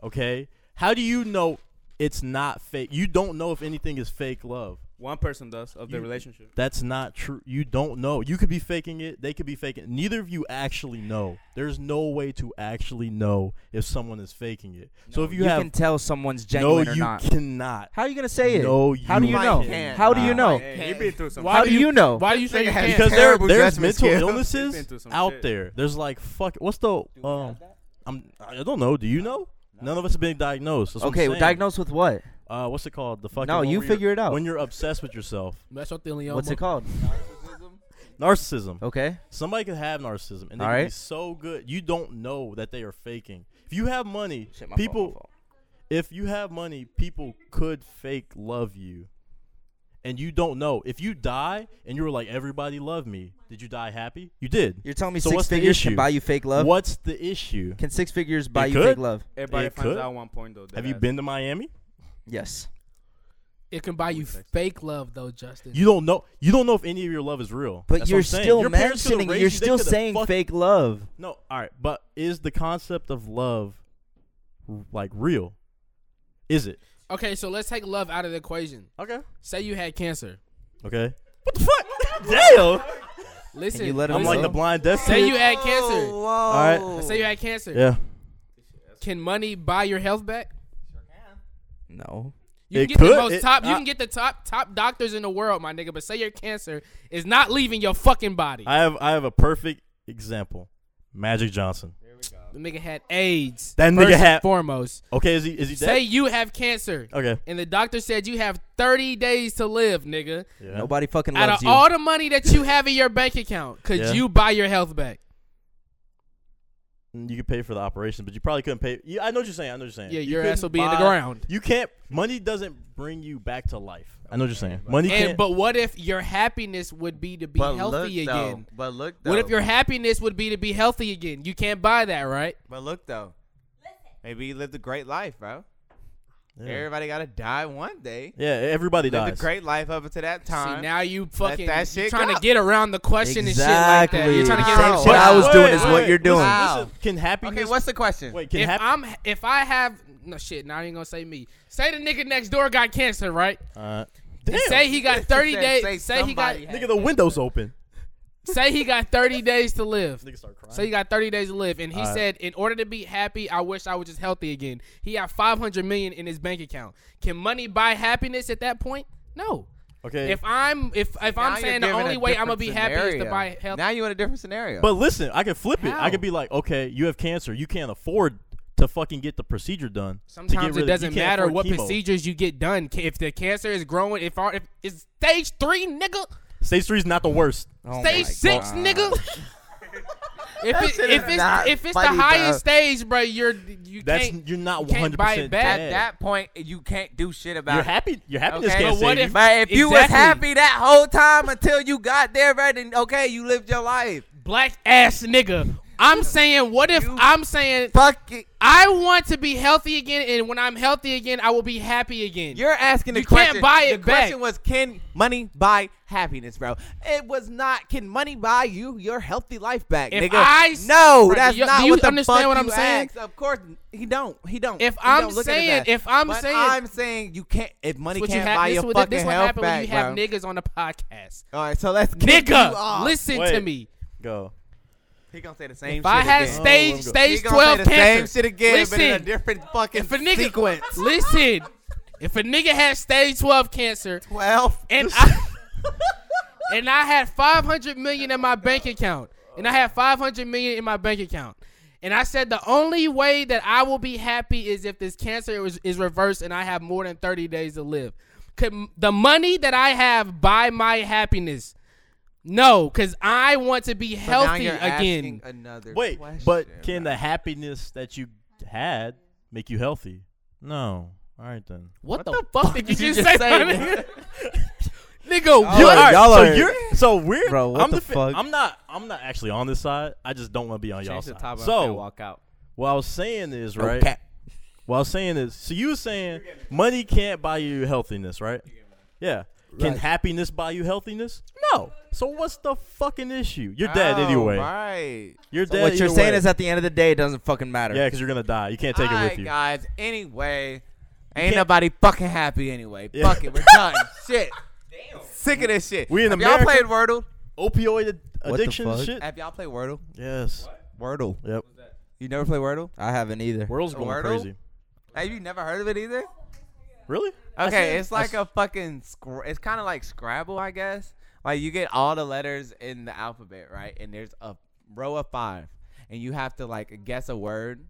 S2: Okay, how do you know it's not fake? You don't know if anything is fake love.
S5: One person does of the
S2: You-
S5: relationship.
S2: That's not true. You don't know. You could be faking it. They could be faking. It. Neither of you actually know. There's no way to actually know if someone is faking it. so if you,
S4: You
S2: have
S4: can tell someone's
S2: no,
S4: genuine or
S2: you
S4: not.
S2: cannot.
S4: How are you gonna say it?
S2: No, you
S4: How do you
S3: Mike
S4: know?
S3: can't.
S4: How do you
S3: Nah.
S4: know?
S5: Hey,
S3: Okay.
S5: you've been through some.
S1: Why
S4: How
S1: do
S4: do you know?
S1: Why do you say you
S3: Nigga has
S1: can't?
S2: because there
S3: Terrible
S2: there's mental
S3: judgment skills.
S5: They've been through
S2: illnesses
S5: some
S2: out
S5: shit.
S2: there. There's like fuck. What's the um? I'm I don't know. Do you know? None of us have been diagnosed. That's what I'm
S4: Okay,
S2: saying.
S4: diagnosed with what?
S2: Uh, what's it called? The fucking.
S4: No,
S2: one
S4: you
S2: where you're-
S4: figure it out.
S2: When you're obsessed with yourself,
S1: Mesothelioma.
S4: What's it called?
S2: narcissism.
S4: Okay.
S2: Somebody could have narcissism, and they
S4: Oh. All
S2: could be
S4: right.
S2: so good you don't know that they are faking. If you have money,
S4: Shit, my fault,
S2: people.
S4: my fault.
S2: If you have money, people could fake love you, and you don't know. If you die and you were like everybody loved me, did you die happy? You did.
S4: You're telling me
S2: So
S4: six
S2: what's the
S4: figures
S2: issue?
S4: can buy you fake love?
S2: What's the issue?
S4: Can six figures buy
S2: It
S4: you
S2: could.
S4: fake love?
S5: Everybody
S2: It
S5: finds
S2: could.
S5: out at one point though.
S2: Have you
S5: deadass.
S2: been to Miami?
S4: Yes.
S1: It can buy you
S5: Wait a second.
S1: fake love though, Justin.
S2: You don't know. You don't know if any of your love is real. That's
S4: But
S2: what
S4: you're
S2: I'm saying.
S4: still
S2: Your parents could've
S4: mentioning
S2: raised
S4: you're
S2: you, they
S4: still
S2: could've
S4: saying
S2: fucked-
S4: fake love.
S2: No, all right, but is the concept of love r- like real? Is it
S1: okay, so let's take love out of the equation.
S2: okay?
S1: Say you had cancer.
S2: Okay. What the fuck? Damn.
S1: Listen,
S4: you let him
S2: I'm like the
S4: Listen.
S2: blind deaf
S1: Say
S2: kid.
S1: you had cancer.
S3: "Oh."
S2: All
S1: Say you had cancer.
S2: Yeah.
S1: Can money buy your health back?
S4: No.
S1: You
S2: It
S1: can get the
S2: could.
S1: most
S2: It-
S1: top. you
S2: I-
S1: can get the top top doctors in the world, my nigga. But say your cancer is not leaving your fucking body.
S2: I have I have a perfect example. Magic Johnson.
S1: the nigga had AIDS.
S2: That nigga
S1: first and
S2: had-
S1: foremost.
S2: Okay, is he is he dead?
S1: Say you have cancer,
S2: okay.
S1: and the doctor said you have 30 days to live, nigga.
S2: Yeah.
S4: Nobody fucking
S1: Out
S4: loves
S1: of
S4: you.
S1: all the money that you have in your bank account, could
S2: Yeah.
S1: you buy your health back?
S2: You could pay for the operation, but you probably couldn't pay. Yeah, I know what you're saying. I know what you're saying.
S1: Yeah,
S2: You
S1: your ass
S2: couldn't
S1: will be in the
S2: buy-
S1: ground.
S2: You can't. Money doesn't bring you back to life. I know what you're saying. Money
S1: And
S2: can't.
S1: but what if your happiness would be to be healthy again?
S3: But look
S1: What if your happiness would be to be healthy again? You can't buy that, right?
S3: But look though. Maybe you lived a great life, bro.
S2: yeah.
S3: Everybody gotta die one day.
S2: yeah, everybody
S3: Lived a
S2: dies.
S3: great life up until that time.
S1: See, now you fucking
S3: that
S1: you
S3: shit
S1: trying
S3: go.
S1: to get around the question
S4: exactly.
S1: and shit like that. You're trying to get
S4: Same
S1: around the
S4: shit I
S1: question.
S4: was
S2: Wait,
S4: doing is
S2: wait,
S4: what you're doing.
S2: Listen,
S3: Wow.
S2: listen, can happiness?
S3: okay, what's the question?
S2: wait, can
S1: If
S2: happiness?
S1: I'm if I have no shit, now I ain't gonna say me. Say the nigga next door got cancer, right?
S2: Uh,
S1: And
S2: damn.
S1: Say he got 30
S3: Said,
S1: days.
S3: say
S1: Say, he got
S3: somebody
S2: nigga, the window's open.
S1: say he got 30 days to live.
S2: Nigga start crying.
S1: Say he got 30 days to live, and he
S2: Alright.
S1: said, in order to be happy, I wish I was just healthy again. He had 500 million in his bank account. Can money buy happiness at that point? No.
S2: okay.
S1: If I'm if if
S3: Now
S1: I'm
S3: you're
S1: saying the
S3: giving a
S1: only way I'm gonna
S3: different
S1: be happy is to
S3: scenario.
S1: buy health.
S3: Now you're in a different scenario.
S2: but listen, I could flip it.
S1: How?
S2: I could be like, okay, you have cancer. You can't afford to fucking get the procedure done. to get
S1: Sometimes it
S2: rid of-
S1: doesn't
S2: you can't
S1: matter
S2: afford
S1: what
S2: chemo.
S1: procedures you get done. Ca- If the cancer is growing, if our, if it's stage three, nigga,
S2: Stage three is not the worst.
S4: Oh my
S1: stage six,
S4: God.
S1: nigga. If it,
S3: shit
S1: if
S3: is
S1: it's
S3: not
S1: if it's
S3: funny,
S1: the highest
S3: bro.
S1: stage, bro, you're you
S2: That's
S1: can't.
S2: you're not
S1: you
S2: one
S1: can't
S2: hundred
S1: buy it
S2: percent
S1: back.
S2: bad.
S1: At
S3: that point, you can't do shit about
S2: you're
S3: it.
S2: happy. Your happiness
S3: Okay.
S2: can't
S1: But what
S2: save
S1: if-
S2: you.
S3: But if you was
S1: Exactly.
S3: happy that whole time until you got there, right? Then okay, you lived your life.
S1: black ass nigga. I'm saying, what if
S3: You-
S1: I'm saying
S3: Fuck it.
S1: I want to be healthy again, and when I'm healthy again, I will be happy again.
S3: You're asking the
S1: You can't
S3: question.
S1: buy it
S3: the question
S1: back.
S3: was, can money buy happiness, bro? It was not. Can money buy you your healthy life back,
S1: If
S3: nigga?
S1: I s-
S3: no,
S1: bro, do
S3: that's
S1: you-
S3: not
S1: do you
S3: what the
S1: understand
S3: fuck
S1: what I'm
S3: you
S1: saying?
S3: asked. Of course, he don't. He don't.
S1: If
S3: He
S1: I'm
S3: don't look at his
S1: saying,
S3: ass.
S1: if I'm
S3: but
S1: saying,
S3: I'm saying you can't. If money
S1: this what
S3: can't
S1: you have,
S3: buy
S1: this
S3: your
S1: what-
S3: fucking
S1: this what
S3: health
S1: happen
S3: back,
S1: when you have
S3: bro.
S1: niggas on the podcast.
S3: All right, so let's get you
S1: Nigga,
S3: off.
S1: listen to
S2: Wait.
S1: me.
S2: Go.
S3: He gonna say the same.
S1: If I
S3: shit
S1: had
S3: again.
S2: Oh, I'm
S1: stage
S2: go-
S1: stage
S3: He gonna say
S1: twelve
S3: the
S1: cancer,
S3: Same shit again, but in a
S1: Listen,
S3: different fucking
S1: if a nigga
S3: sequence.
S1: listen, if a nigga had stage twelve cancer
S3: Twelve.
S1: and I and I had five hundred million in my bank account, and I had five hundred million in my bank account, and I said the only way that I will be happy is if this cancer is, is reversed and I have more than thirty days to live. Could m- the money that I have buy my happiness? No, because I want to be
S3: So now
S1: healthy
S3: you're
S1: again.
S3: asking Another
S2: Wait,
S3: question,
S2: but can
S3: bro.
S2: the happiness that you had make you healthy? No. All right then.
S1: What, the, fuck, did you just say, Oh, nigga? nigga,
S2: You-
S1: what?
S2: all right,
S5: y'all
S2: so
S5: are-
S2: you're so weird.
S5: Bro, what
S2: I'm
S5: the
S2: fi-
S5: fuck?
S2: I'm not. I'm not actually on this side. I just don't want to be on y'all
S5: Change the
S2: side.
S5: topic
S2: so
S5: and walk out.
S2: what I was saying is right.
S3: Okay.
S2: What I was saying is, so you were saying money can't buy you healthiness, right? Yeah. Can
S1: Right.
S2: happiness buy you healthiness? No. So what's the fucking issue? You're dead
S5: Oh,
S2: anyway.
S3: Right.
S2: You're
S4: So
S2: dead.
S4: what you're
S2: either
S4: saying
S2: way.
S4: is, at the end of the day, it doesn't fucking matter.
S2: yeah, because you're gonna die. You can't take it with you.
S3: guys. Anyway,
S2: can't-
S3: ain't nobody fucking happy anyway.
S2: Yeah.
S3: Fuck it, we're done. shit. Sick of this shit.
S2: We in
S3: Have
S2: America?
S3: y'all played Wordle?
S2: Opioid ad-
S4: the
S2: addiction and
S4: fuck?
S2: shit.
S3: Have y'all played Wordle?
S2: Yes.
S3: Wordle.
S2: Yep.
S3: You never play Wordle?
S4: I haven't either.
S2: World's going
S3: Wordle?
S2: crazy.
S3: Have you never heard of it either?
S2: Really? I
S3: Okay,
S2: said-
S3: it's
S2: I
S3: like
S2: s-
S3: a fucking. Scr- it's kind of like Scrabble, I guess. Like you get all the letters in the alphabet, right? And there's a row of five, and you have to like guess a word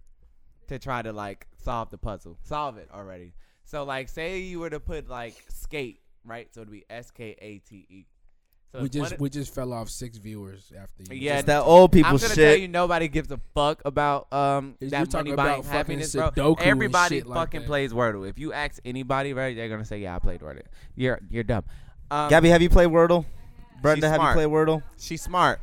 S3: to try to like solve the puzzle, solve it already. So like, say you were to put like skate, right? So it'd be S K A T E. So
S1: We
S3: if one
S1: just
S3: of-
S1: we just fell off six viewers after you.
S3: Yeah,
S4: It's that old
S3: I'm
S4: people
S3: gonna tell you,
S4: shit.
S3: nobody gives a fuck about um
S1: Is you
S3: that money
S1: talking
S3: buying
S1: about fucking
S3: happiness, bro.
S1: Sudoku and
S3: Everybody
S1: shit like
S3: fucking
S1: that.
S3: plays Wordle. If you ask anybody, right, they're gonna say, "Yeah, I played Wordle." You're you're dumb. Um,
S4: Gabby, have you played Wordle? Brenda,
S3: She's
S4: have you
S3: smart.
S4: played Wordle?
S3: she's smart.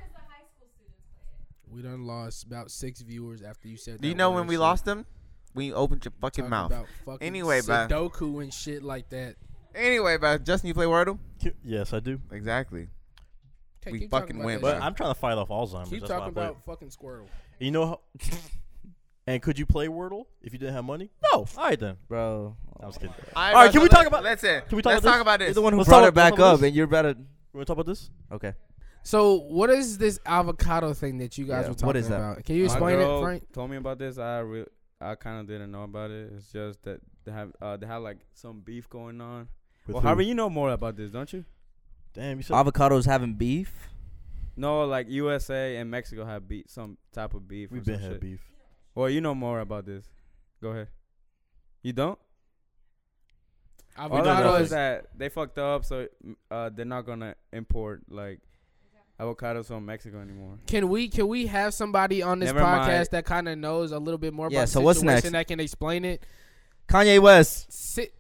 S1: We done lost about six viewers after you said.
S3: Do you
S1: that
S3: know
S1: word
S3: when we
S1: shit.
S3: lost them? When you opened your fucking
S1: Talking
S3: mouth.
S1: about fucking
S3: Anyway, bro.
S1: Sudoku and shit like that.
S3: Anyway, bro, Justin, you play Wordle?
S2: Ki- Yes, I do.
S3: Exactly.
S1: Okay,
S3: We
S1: keep talking
S3: fucking
S1: about
S3: win,
S1: that
S2: But
S1: shit.
S3: Sure.
S2: I'm trying to fight off Alzheimer's.
S1: keep
S2: That's why I
S1: talking
S2: play-
S1: about fucking Squirtle.
S2: You know. How, and could you play Wordle if you didn't have money? No. All right then.
S4: Bro.
S2: I was kidding.
S3: All
S2: right, can we talk about-
S3: Let's it.
S2: can we talk
S3: Let's
S2: about
S3: talk about this.
S4: You're the one who
S2: Let's
S4: brought
S2: talk
S4: it
S2: about-
S4: back
S2: let's talk about
S4: up,
S2: this.
S4: and you're better.
S2: You want to talk about this?
S4: Okay.
S1: So what is this avocado thing that you guys
S4: Yeah,
S1: were
S4: what
S1: talking
S4: is that?
S1: about? Can you
S5: My
S1: explain
S5: girl
S1: it, Frank?
S5: Told me about this. I re- I kind of didn't know about it. It's just that they have uh, they have like some beef going on.
S2: With
S5: well,
S2: who?
S5: Harvey, you know more about this, don't you?
S2: Damn, you said
S4: Avocados having beef?
S5: No, like USA and Mexico have beef, some type of beef. or
S2: we've
S5: some
S2: been had
S5: shit.
S2: beef.
S5: Well, you know more about this. Go ahead. You don't? All
S2: don't
S5: I
S2: know
S5: know
S1: Avocado
S5: is
S1: is
S5: that they fucked up, so mm, uh, they're not gonna import like avocados from Mexico anymore.
S1: Can we can we have somebody on this
S5: Never
S1: podcast
S5: mind.
S1: that kind of knows a little bit more
S4: Yeah,
S1: about
S4: so
S1: the
S4: what's
S1: situation
S4: next?
S1: that can explain it?
S4: Kanye West.
S1: Sit.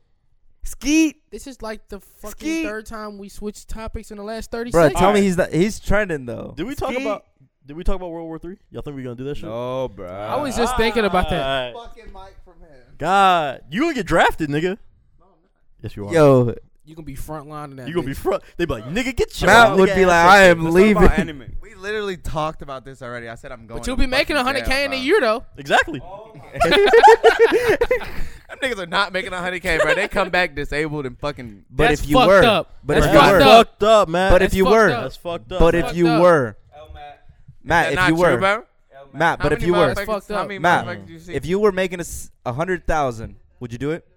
S4: Skeet.
S1: This is like the fucking
S4: Skeet.
S1: third time we switched topics in the last thirty
S4: Bro,
S1: seconds.
S4: tell me
S5: Alright.
S4: he's not, he's trending though.
S2: Did we talk
S5: Ski-
S2: about? Did we talk about World War Three? Y'all think we're gonna do that shit?
S5: No, bro.
S1: I was just thinking about that.
S2: Alright.
S3: Fucking mic from him.
S2: God, you gonna get drafted, nigga? Yes, you are.
S4: Yo,
S1: You can be frontline in that.
S2: you gonna be
S1: bitch.
S2: front? They be like, nigga, get your.
S4: Matt would be like, I am
S5: Let's talk about
S4: leaving.
S5: anime.
S3: We literally talked about this already. I said I'm going.
S1: But you'll
S3: to
S1: be making
S3: fucking
S1: hundred k
S3: jail,
S1: in a
S3: bro.
S1: year though.
S2: Exactly.
S3: Them niggas are not making hundred k, bro. They come back disabled and fucking.
S4: But
S1: That's
S4: if you
S1: fucked
S4: were,
S1: up.
S4: but
S1: That's
S4: if you
S1: fucked
S4: were,
S1: up.
S2: fucked up, man.
S4: but
S1: That's
S4: if you
S1: fucked
S4: were,
S1: up.
S2: that's fucked up.
S4: but
S2: man.
S4: if you
S1: fucked up.
S4: were,
S3: Is
S4: Matt,
S3: that
S4: if you
S3: not true,
S4: were,
S3: bro?
S4: Matt,
S3: How
S4: but if
S3: many
S4: you were,
S3: motherfuckers-
S1: Fucked
S3: how
S1: up.
S3: many
S4: Matt,
S3: motherfuckers you see
S4: if you were making us a hundred thousand, would you do it?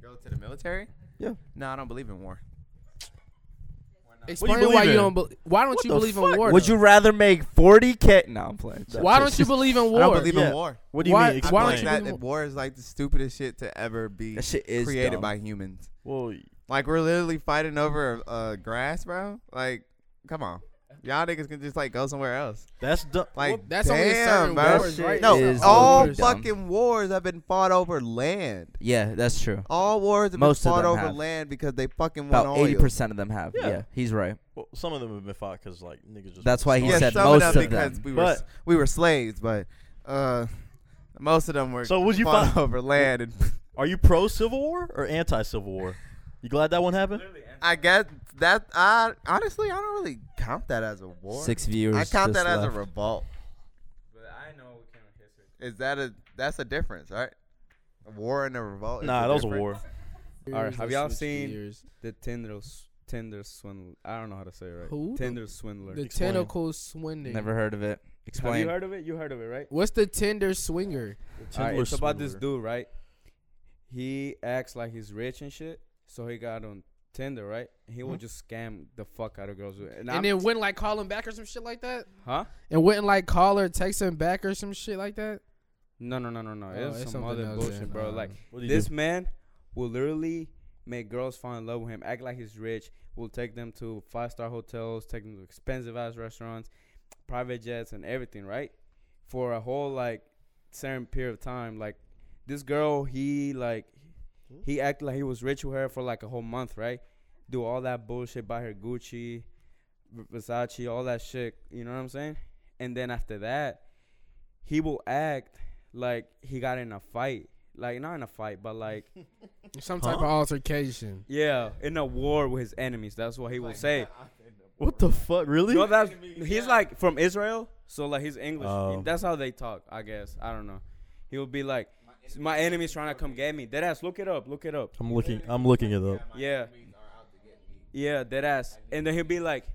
S3: go to the military?
S4: Yeah.
S3: No, I don't believe in war.
S1: Explain
S2: believe
S1: why you
S2: in?
S1: don't. Be- why don't
S2: What
S1: you
S2: the
S1: believe in
S2: fuck?
S1: war?
S4: Would
S1: though?
S4: you rather make forty k? No, I'm playing.
S1: Why don't you believe in war?
S3: I don't believe
S2: Yeah.
S3: in war.
S2: What do you
S1: Why-
S2: mean?
S1: why
S2: Explain.
S3: I
S1: don't
S3: think
S1: you
S3: that,
S1: believe in
S3: that war is like the stupidest shit to ever be
S4: That shit is
S3: created
S4: dumb.
S3: by humans.
S2: Well,
S3: Like we're literally fighting over uh, grass, bro. Like, come on. Y'all niggas can just like go somewhere else.
S2: That's dumb.
S3: Like
S1: Well, that's only
S3: damn,
S1: certain
S3: bro.
S4: wars,
S1: right?
S3: No,
S4: Is
S3: all
S4: dumb.
S3: fucking wars have been fought over land.
S4: Yeah, that's true.
S3: All wars have
S4: Most of
S3: been fought
S4: them
S3: over
S4: have.
S3: land because they fucking want
S4: About
S3: oil.
S4: eighty percent of them have.
S2: Yeah.
S4: Yeah. he's right.
S2: Well, some of them have been fought because like niggas just.
S4: That's why he
S3: yeah,
S4: said
S3: some
S4: most
S3: of them
S4: of
S3: because
S4: them.
S3: we were
S2: But
S3: we were slaves, but uh, most of them were
S2: so would you
S3: fought
S2: find?
S3: over land. And
S2: Are you pro Civil War or anti Civil War? You glad that one happened?
S3: I guess that I honestly I don't really count that as a war.
S4: Six viewers.
S3: I count
S4: just
S3: that as a
S4: left.
S3: revolt.
S5: But I know we can't history.
S3: Is that a that's a difference, right? A war and a revolt. is
S2: Nah,
S3: a
S2: that was a
S3: difference?
S2: war.
S5: All right, have y'all
S1: Let's switch
S5: seen-
S1: gears.
S5: The Tinder, s- Tinder swindler. I don't know how to say it right.
S1: Who?
S5: Tinder swindler.
S1: the
S2: Explain.
S1: tentacle swindler?
S4: Never heard of it.
S5: Have you
S4: Explain.
S5: heard of it? You heard of it, right?
S1: What's the Tinder swinger?
S5: All right,
S2: Tindler
S5: it's about this
S2: Swindler.
S5: dude, right? He acts like he's rich and shit, so he got on Tinder, right? And he will
S4: Mhm.
S5: just scam the fuck out of girls. And, I'm-
S1: And then wouldn't like call him back or some shit like that?
S5: huh?
S1: And wouldn't like call or text him back or some shit like that?
S5: No, no, no, no, no.
S1: Oh,
S5: it's
S1: it's
S5: some
S1: something
S5: other
S1: else
S5: bullshit,
S1: then,
S5: bro.
S1: uh,
S5: Like
S2: What'd he
S5: this
S2: do?
S5: man will literally make girls fall in love with him, act like he's rich, will take them to five star hotels, take them to expensive ass restaurants, private jets, and everything, right? For a whole like certain period of time. Like this girl, he like
S2: Hmm?
S5: he acted like he was rich with her for like a whole month, right? Do all that bullshit, buy her Gucci, Versace, all that shit. You know what I'm saying? And then after that, he will act like he got in a fight. Like not in a fight, but like
S1: Some type
S2: Huh?
S1: of altercation.
S5: yeah, in a war with his enemies. That's what he will say.
S2: What the fuck? Really?
S5: No, that's he's like from Israel, so like he's English.
S2: Oh.
S5: That's how they talk, I guess. I don't know. He will be like, "My enemy's trying to come get me." Dead ass. Look it up. Look it up.
S2: I'm looking. I'm looking it up.
S5: Yeah. Yeah, dead ass. And then he'll be like,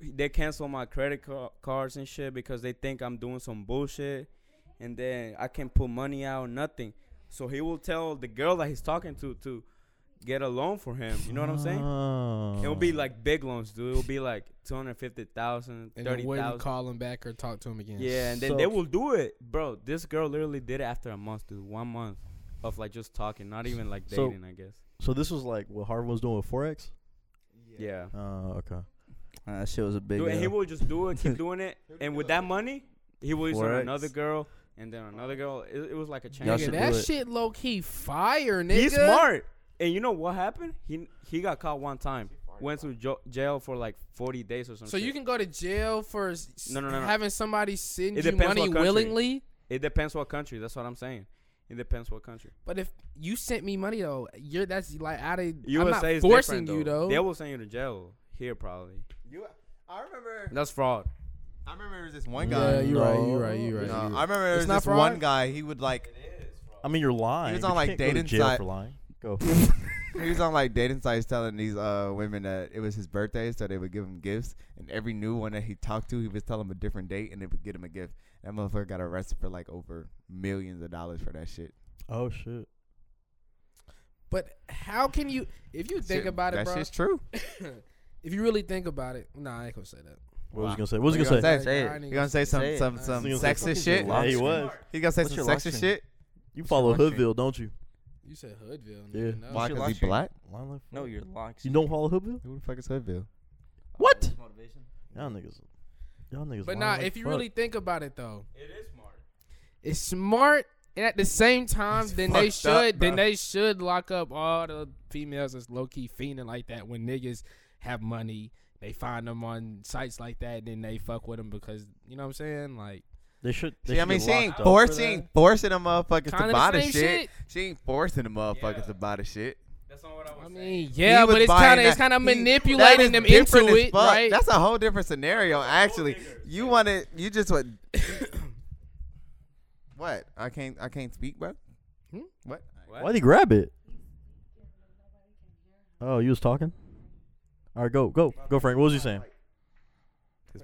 S5: they cancel my credit ca- cards and shit because they think I'm doing some bullshit. And then I can't put money out, nothing. So he will tell the girl that he's talking to to get a loan for him. You know what I'm saying?
S2: saying?
S5: It'll be like big loans, dude. It'll be like
S1: Uh.
S5: 250,000,
S1: And then
S5: 30,000.
S1: wouldn't call him back or talk to him again.
S5: Yeah, and then
S2: So-
S5: they will do it. Bro, this girl literally did it after a month, dude. One month of like just talking, not even like
S2: So-
S5: dating, I guess.
S2: So this was like what Harvard was doing with forex.
S5: Yeah.
S2: Oh, okay.
S4: Uh, that shit was a big.
S5: Dude, and he
S4: L.
S5: will just do it, keep doing it, and with that money, he will use on
S2: Forex.
S5: another girl, and then another girl. It, it was like a chain.
S4: Y'all
S1: Nigga,
S4: should
S1: that
S4: do it.
S1: shit low key fire, nigga.
S5: He's smart, and you know what happened? He he got caught one time, went to jo- jail for like forty days or something.
S1: So you can go to jail for s-
S5: No, no, no, no.
S1: having somebody send
S5: It
S1: you
S5: depends
S1: money
S5: what country.
S1: willingly.
S5: It depends what country. That's what I'm saying. It depends what country.
S1: But if you sent me money though, you're that's like out of I'm
S5: USA
S1: not
S5: is
S1: forcing
S5: different,
S1: you though.
S5: They will send you to jail here probably.
S3: You, I remember.
S5: That's fraud.
S3: I remember it was this one
S1: yeah,
S3: guy.
S1: you're right, you're right, you're right.
S3: No,
S1: you're
S3: I
S1: right.
S3: remember it
S1: It's
S3: was
S1: not
S3: this
S1: fraud?
S3: one guy. He would like.
S2: I mean, you're lying.
S3: He was
S2: but
S3: on,
S2: you
S3: like,
S2: can't go to
S3: dating
S2: jail
S3: site.
S2: for lying. Go.
S3: He was on like dating sites telling these uh, women that it was his birthday, so they would give him gifts. And every new one that he talked to, he was telling him a different date, and they would get him a gift. That motherfucker got arrested for like over millions of dollars for that shit.
S2: oh shit.
S1: But how can you if you think
S3: Shit,
S1: about it,
S3: that
S1: bro?
S3: shit's true.
S1: if you really think about it, nah, I ain't gonna say that.
S2: What was
S3: Wow.
S2: he gonna say? What was
S3: What
S2: he
S3: you
S2: gonna say?
S3: gonna say?
S4: Say it.
S1: I ain't
S3: You
S1: gonna
S3: gonna say some
S4: Say it.
S3: some
S1: Uh,
S3: some
S1: He's
S2: gonna say,
S3: sexist
S2: "Fuck
S3: shit?
S2: is your Yeah, he
S4: Lobster.
S2: was.
S3: He gonna say
S4: What's
S3: some
S4: your
S3: sexist
S4: last
S3: shit?
S2: You follow
S4: What's your
S2: Hoodville, don't you?
S1: You said Hoodville.
S2: Yeah.
S1: Nigga, no.
S3: Why?
S4: your
S3: Cause
S4: last
S3: he
S4: shit?
S3: black?
S4: No, your locks.
S2: You don't follow Hoodville?
S3: Who the fuck is Hoodville?
S2: What? Y'all niggas. Y'all niggas.
S1: But
S2: lying
S1: nah,
S2: like
S1: if you
S2: fuck.
S1: really think about it though,
S5: It is smart.
S1: it's smart. And at the same time,
S3: It's
S1: then they
S3: fucked up,
S1: should then
S3: bro.
S1: they should lock up all the females that's low key fiending like that when niggas have money. They find them on sites like that, and then they fuck with them because you know what I'm saying. Like
S2: they should. They
S3: See, I
S2: should
S3: mean,
S2: get
S3: she ain't
S2: locked up.
S3: forcing, forcing the motherfuckers
S1: kind
S3: to
S1: of
S3: buy
S1: the
S3: the
S1: same
S3: shit.
S1: shit.
S3: She ain't forcing the motherfuckers
S5: Yeah.
S3: to buy the shit.
S5: That's not what
S1: I
S5: was
S1: mean, yeah,
S3: He was
S1: but it's
S3: buying
S1: kind of it's
S3: that-
S1: kind of
S3: he- that is
S1: manipulating them into
S3: different as
S1: it,
S3: fuck.
S1: right?
S3: That's a whole different scenario. Actually, you want to, you just want. what? I can't, I can't speak, bro.
S1: Hmm?
S3: What?
S2: Why'd he grab it? Oh, you was talking. All right, go, go, go, Frank. What was you saying?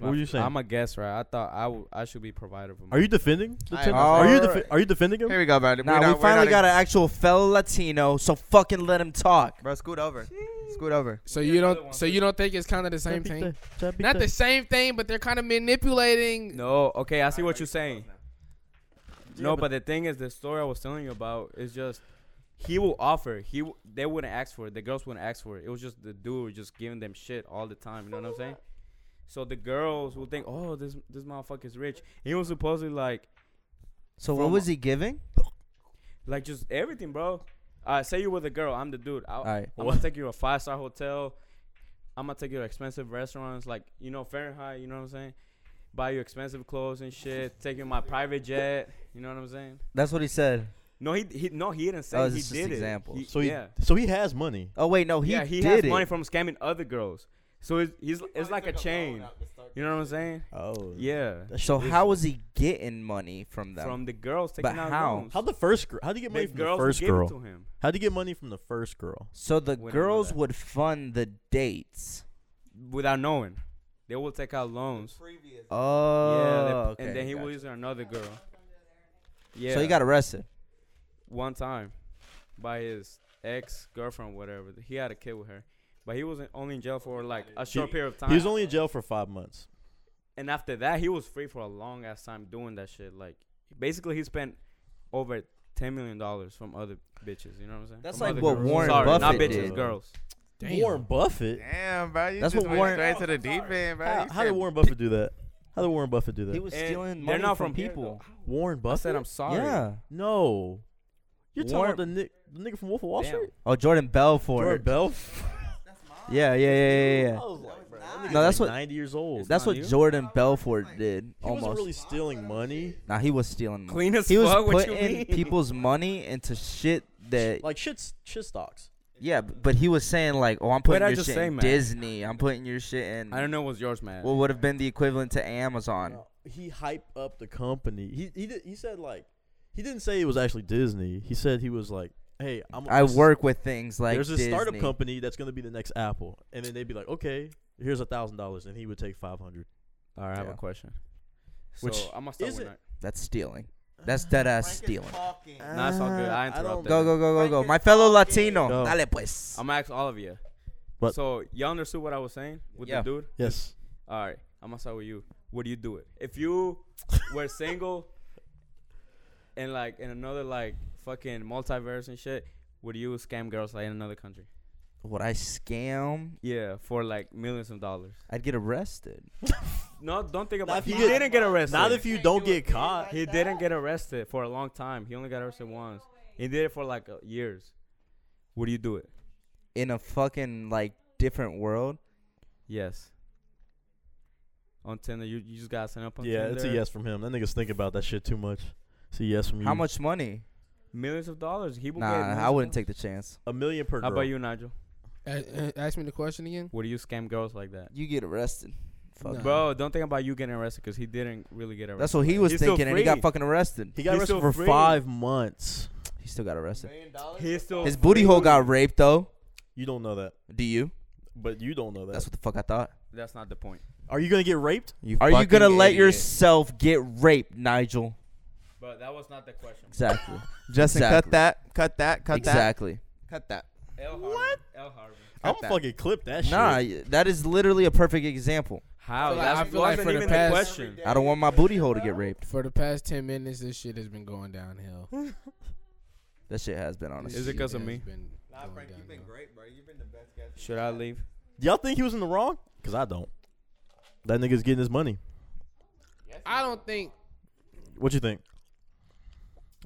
S2: What were you saying?
S5: I'm a guess, right? I thought I would. I should be provided for.
S2: Are you defending? The
S3: I-
S2: Tim- are you defe-
S4: Alright.
S2: are you defending him?
S3: Here we go, bro.
S4: Nah,
S3: We're not-
S4: we
S3: we're
S4: finally
S3: not-
S4: got an actual fellow Latino, so fucking let him talk.
S3: Bro, scoot over. Scoot over.
S1: so you don't so you don't think it's kind of the same thing? Not the same thing, but they're kind of manipulating.
S5: No, okay, I see what you're saying. No, but the thing is, the story I was telling you about is just he will offer. He w- they wouldn't ask for it. The girls wouldn't ask for it. It was just the dude just giving them shit all the time. You know what I'm saying? So the girls will think, oh, this this motherfucker's rich. He was supposedly like
S4: So what
S5: From-
S4: was he giving?
S5: like just everything, bro. Uh, say you were the girl, I'm the dude. I,
S4: All right.
S5: I'm gonna take you to a five star hotel. I'm gonna take you to expensive restaurants, like you know Fahrenheit. You know what I'm saying? Buy you expensive clothes and shit. Take you in my private jet. You know what I'm saying?
S4: That's what he said.
S5: No, he, he no he didn't say
S4: Oh,
S5: he
S4: it's just
S5: did
S4: examples.
S5: it. He,
S2: So he,
S5: yeah,
S2: so he has money.
S4: Oh wait, no, he,
S5: yeah, he
S4: did
S5: has
S4: it.
S5: money from scamming other girls. So it's he's, it's like a chain. You know what I'm saying?
S2: Oh,
S5: Yeah,
S4: so how was he getting money from them?
S5: from the girls taking out
S4: how?
S5: loans.
S2: How the first girl? How do you get money
S5: the
S2: from the
S5: girls
S2: first
S5: gave it
S2: girl?
S5: to him.
S2: How do you get money from the first girl?
S4: so the
S5: We don't know
S4: girls
S5: that.
S4: would fund the dates.
S5: without knowing. They will take out loans.
S4: Oh,
S5: yeah, they-
S4: okay,
S5: and then he
S4: gotcha.
S5: was using another girl. Yeah.
S4: So he got arrested.
S5: one time by his ex girlfriend, whatever. He had a kid with her, but he was in- only in jail for like a short period of time.
S2: He was only in jail for five months.
S5: and after that, he was free for a long ass time doing that shit. Like basically, he spent over ten million dollars from other bitches. You know what I'm saying?
S4: That's
S5: From
S4: like
S5: other
S4: what
S5: girls.
S4: Warren
S5: Sorry, not
S4: Buffett
S5: bitches,
S4: did.
S5: girls.
S1: Damn.
S2: Warren Buffett.
S3: Damn, bro. You
S4: That's
S3: just
S4: what
S3: went
S4: Warren-
S3: straight to the deep end, bro.
S2: How,
S3: You
S2: how did
S3: said-
S2: Warren Buffett do that? How did Warren Buffett do
S4: He
S2: that?
S4: was
S5: And
S4: stealing
S5: they're
S4: money
S5: not
S4: from
S5: from here,
S4: people.
S2: Warren
S5: I
S2: Buffett.
S5: said I'm sorry.
S4: yeah.
S2: No. You're
S4: Warren-
S2: talking about the, ni- the nigga from Wolf of Wall
S5: Damn.
S2: Street?
S4: Oh, Jordan Belfort.
S2: Warren Belf?
S4: yeah, yeah, yeah, yeah,
S2: I
S4: yeah.
S2: was like, bro, that
S4: No,
S2: nigga's
S4: that's
S2: like
S4: what-
S2: 90 years old.
S4: That's
S5: not
S4: what
S5: you?
S4: Jordan Belfort did.
S2: he
S4: Almost.
S2: wasn't really stealing money.
S4: nah, he was stealing money.
S5: Clean as
S4: He was
S5: fuck. what you
S4: putting
S5: mean?
S4: people's money into shit that
S2: Like shit's shit stocks.
S4: Yeah, b- but he was saying like, "Oh, I'm
S5: What'd
S4: putting
S5: I
S4: your
S5: just
S4: shit
S5: say,
S4: in
S5: man?
S4: Disney. I'm putting your shit in."
S5: I don't know what's yours, man.
S4: What would have been the equivalent to Amazon?
S2: No, he hyped up the company. He he did, he said like he didn't say it was actually Disney. He said he was like, "Hey, I'm
S4: I
S2: this-
S4: work with things like
S2: There's a
S4: Disney.
S2: startup company that's going to be the next Apple." And then they'd be like, "Okay, here's a $1,000." And he would take 500.
S5: All right, I have
S4: Yeah.
S5: a question.
S2: Which
S5: so I'm gonna start
S2: isn't-
S5: with that.
S4: That's stealing. That's dead ass stealing.
S5: Nah, it's all good.
S2: Uh,
S5: I
S2: I don't-
S5: interrupted.
S4: Go go go go go, my fellow Latino.
S2: Go.
S4: Dale pues.
S5: I'm gonna ask all of you.
S2: But-
S5: so y'all understood what I was saying with
S4: Yeah.
S5: the dude?
S2: Yes.
S5: All right, I'm gonna start with you. Would you do it if you were single and like in another like fucking multiverse and shit? Would you scam girls like in another country?
S4: Would I scam?
S5: Yeah, for like millions of dollars.
S4: I'd get arrested.
S5: No, don't think
S2: Not
S5: about.
S2: if
S5: He
S2: you get-
S5: didn't get arrested.
S2: Not if you don't get caught.
S5: he didn't get arrested for a long time. He only got arrested once. He did it for like uh, years. Would you do it?
S4: In a fucking like different world.
S5: Yes. On Tinder, you, you just gotta sign up on
S2: Yeah,
S5: Tinder.
S2: it's a yes from him. That nigga's thinking about that shit too much. It's a yes from you.
S4: How much money?
S5: Millions of dollars. He will get
S4: Nah,
S5: millions
S4: I
S5: of
S4: wouldn't
S5: dollars.
S4: take the chance.
S2: A million per
S5: How
S2: girl.
S5: about you, Nigel?
S1: A- a- ask me the question again.
S5: Would you scam girls like that?
S4: You get arrested. Fuck.
S1: Nah.
S5: Bro, don't think about you getting arrested because he didn't really get arrested.
S4: That's what he was
S5: He's still
S4: thinking, and he got
S5: free.
S4: fucking arrested.
S2: He got
S5: He's
S2: arrested
S5: still
S2: for
S5: free.
S2: five months.
S4: He still got arrested.
S5: He's still
S4: His booty hole got raped though.
S2: You don't know that,
S4: Do you?
S2: but you don't know that.
S4: That's what the fuck I thought.
S5: That's not the point,
S2: Are you gonna get raped?
S4: Are you gonna let
S1: idiot.
S4: yourself get raped, Nigel?
S5: bro. That was not the question.
S4: Exactly.
S3: Justin,
S4: Exactly.
S3: cut that. Cut that. Cut
S4: exactly.
S3: that. Cut that.
S5: Oh, what? L
S2: I'm
S5: Harvey.
S3: Cut
S2: gonna
S3: that.
S2: fucking clip that shit.
S4: Nah, y- that is literally a perfect example.
S5: How?
S1: I feel like-
S5: That
S1: I feel like
S5: wasn't
S1: for the
S5: even
S1: past-
S5: the question.
S4: I don't want my booty hole to get raped.
S1: For the past ten minutes, this shit has been going downhill.
S4: That shit has been
S1: This
S4: honest.
S5: Is it
S1: shit
S5: 'cause of
S1: has
S5: me?
S1: been going downhill.
S3: great, bro. You've been the best guest.
S5: Should I leave?
S2: Y'all think he was in the wrong? Cause I don't. That nigga's getting his money.
S1: I don't think.
S2: What you think?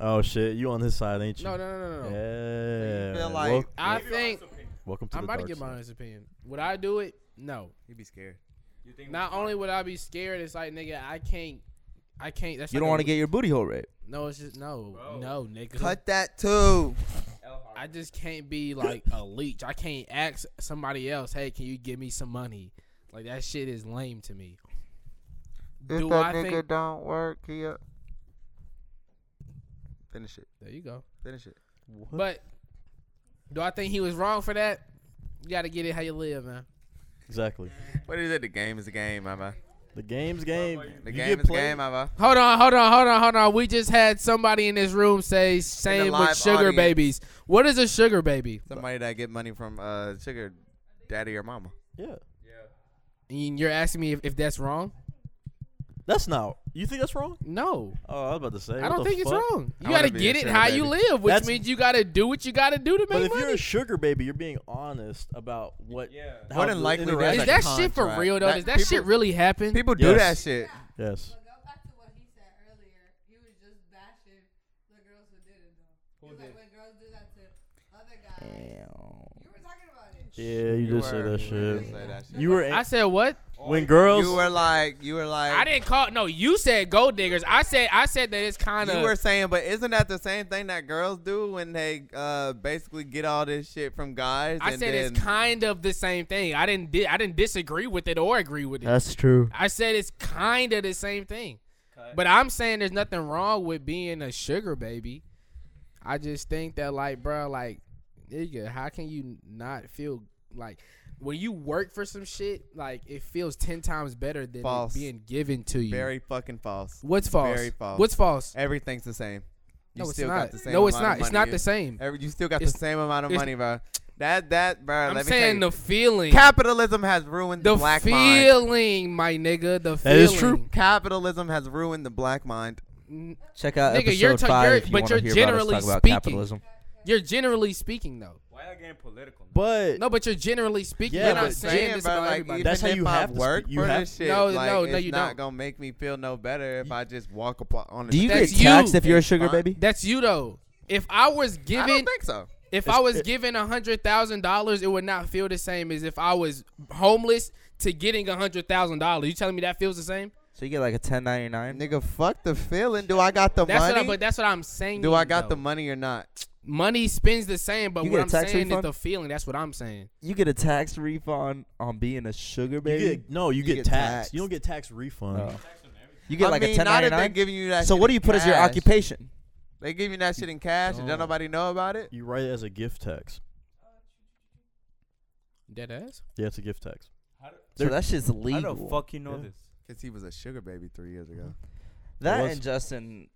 S2: Oh shit, you on his side, ain't you?
S1: No, no, no, no, no.
S2: Yeah.
S3: You
S2: Wel-
S3: feel like-
S1: I think
S2: welcome to
S1: I'm
S2: the
S1: about to
S2: dark
S1: give my
S2: side.
S1: honest opinion. Would I do it? No.
S3: You'd be scared.
S5: You think
S1: Not only would I be scared, it's like nigga, I can't. I can't. That's
S4: You
S1: like
S4: don't
S1: a-
S4: want to get your booty hole raped.
S1: No, it's just no,
S5: Bro.
S1: no, nigga.
S3: Cut that too.
S5: L Harvey.
S1: I just can't be like a leech. I can't ask somebody else, hey, can you give me some money? Like that shit is lame to me. Do I think?
S3: don't work, here, Finish it.
S1: There you go.
S3: Finish it.
S1: But do I think he was wrong for that? You gotta get it how you live, man.
S2: Exactly.
S3: What is it? The game is the game, mama.
S2: The game's game.
S3: The
S2: You
S3: game
S2: get
S3: is the
S2: played.
S3: game, mama.
S1: Hold on, hold on, hold on, hold on. We just had somebody in this room say same with
S3: live
S1: sugar
S3: audience.
S1: babies. What is a sugar baby?
S3: Somebody that get money from uh sugar daddy or mama.
S2: Yeah.
S1: And you're asking me if, if that's wrong?
S2: That's not. You think that's wrong?
S1: No,
S2: Oh, I was about to say.
S1: I
S2: what
S1: don't
S2: the
S1: think it's
S2: fuck?
S1: wrong. You
S3: wanna
S1: gotta
S3: be a
S1: get it
S3: sugar
S1: how you
S3: baby.
S1: live, which
S2: That's-
S1: means you gotta do what you gotta do to
S2: But
S1: make
S2: if you're
S1: money.
S2: a sugar baby, you're being honest about what.
S5: Yeah.
S2: how
S3: What
S2: the
S3: unlikely that
S2: interaction-
S1: Is
S3: like
S1: that
S3: a
S1: shit for
S3: contract.
S1: real though?
S3: That-
S1: Does that
S3: people-
S1: shit really happen?
S3: People do
S2: Yes.
S3: that shit.
S2: Yes.
S6: But go back to what he said earlier. He was just bashing the girls who did it though. He was like when girls do that to other guys. You were talking about it.
S2: Yeah, you, did say
S3: were-
S2: that
S3: you
S2: shit.
S3: did say that shit.
S2: You were
S1: I said what?
S2: when girls.
S3: You were like, you were like,
S1: I didn't call. No, you said gold diggers. I said I said that it's kind
S3: You were
S1: of.
S3: saying, but isn't that the same thing that girls do when they uh, basically get all this shit from guys?
S1: I
S3: and
S1: said it's
S3: then-
S1: kind of the same thing. I didn't. Di- I didn't disagree with it or agree with it.
S4: That's true.
S1: I said it's kind of the same thing. But I'm saying there's nothing wrong with being a sugar baby. I just think that like, bro, like, nigga, how can you not feel like when you work for some shit, like it feels ten times better than it
S3: False.
S1: being given to you.
S3: very fucking false.
S1: What's false?
S3: very false.
S1: What's false?
S3: Everything's the same. You
S1: no, it's
S3: still
S1: not.
S3: got the same.
S1: no, it's
S3: amount
S1: not.
S3: of
S1: It's
S3: money.
S1: not the same.
S3: Every, you still got the
S1: It's-
S3: same amount of
S1: it's-
S3: money, bro. That that, bro.
S1: I'm
S3: let me
S1: saying
S3: tell you.
S1: the feeling.
S3: capitalism has ruined the,
S1: the
S3: black mind.
S1: feeling, my nigga. The feeling.
S2: That is true.
S3: Capitalism has ruined the black mind.
S1: N-
S4: Check out
S1: Nigga,
S4: episode
S1: you're ta-
S4: five
S1: you're-
S4: if you
S1: but
S4: want
S1: you're
S4: to hear
S1: generally
S4: about us talk
S1: speaking.
S4: about capitalism.
S1: You're generally speaking though.
S5: Why y'all getting political?
S2: But
S1: No, but you're generally speaking.
S2: Yeah,
S1: you're not
S2: but
S1: saying
S3: Damn,
S1: this
S3: bro,
S1: about
S3: like,
S1: everybody.
S3: even
S2: That's how
S3: if
S2: you
S3: I
S2: have to
S3: work
S2: speak. You
S3: for
S2: have-
S3: this shit.
S1: No,
S3: like,
S1: no, no,
S3: it's
S1: you
S3: not
S1: don't.
S3: gonna make me feel no better if I just walk up on.
S4: Do
S3: the
S4: you get
S1: That's
S3: street.
S1: you.
S4: taxed if you're a sugar
S3: Fine.
S4: baby?
S1: That's you though. If I was
S3: I don't
S1: given,
S3: think so.
S1: if
S2: It's-
S1: I was
S2: it-
S1: given a hundred thousand dollars, it would not feel the same as if I was homeless to getting a hundred thousand dollars. You telling me that feels the same?
S4: So you get like a 1099.
S3: Nigga, fuck the feeling. Do I got the
S1: That's
S3: money?
S1: what. I, but that's what I'm saying.
S3: Do I got
S1: though.
S3: the money or not?
S1: money? Spends the same, but
S4: You
S1: what
S4: get a
S1: I'm
S4: tax
S1: saying is
S4: refund?
S1: the feeling. That's what I'm saying.
S4: You get a tax refund on being a sugar
S2: you
S4: baby.
S2: get, no, you,
S3: You
S2: get,
S3: get
S2: taxed.
S3: taxed.
S2: You don't get tax refund.
S4: Oh. You get
S3: I
S4: like
S3: mean,
S4: a
S3: not if they're
S4: 1099.
S3: giving you that.
S4: So
S3: shit
S4: what do
S3: in
S4: you put as your
S3: cash.
S4: occupation?
S3: They give you that shit in cash, and don't
S1: Oh.
S3: nobody know about it.
S2: You write it as a gift tax.
S1: Dead ass.
S2: Yeah, it's a gift tax.
S4: So
S2: They're-
S4: that shit's
S5: How
S4: legal.
S5: the fuck you know
S2: Yeah.
S5: this?
S3: Cause he was a sugar baby three years ago.
S4: That
S2: What's-
S4: and Justin,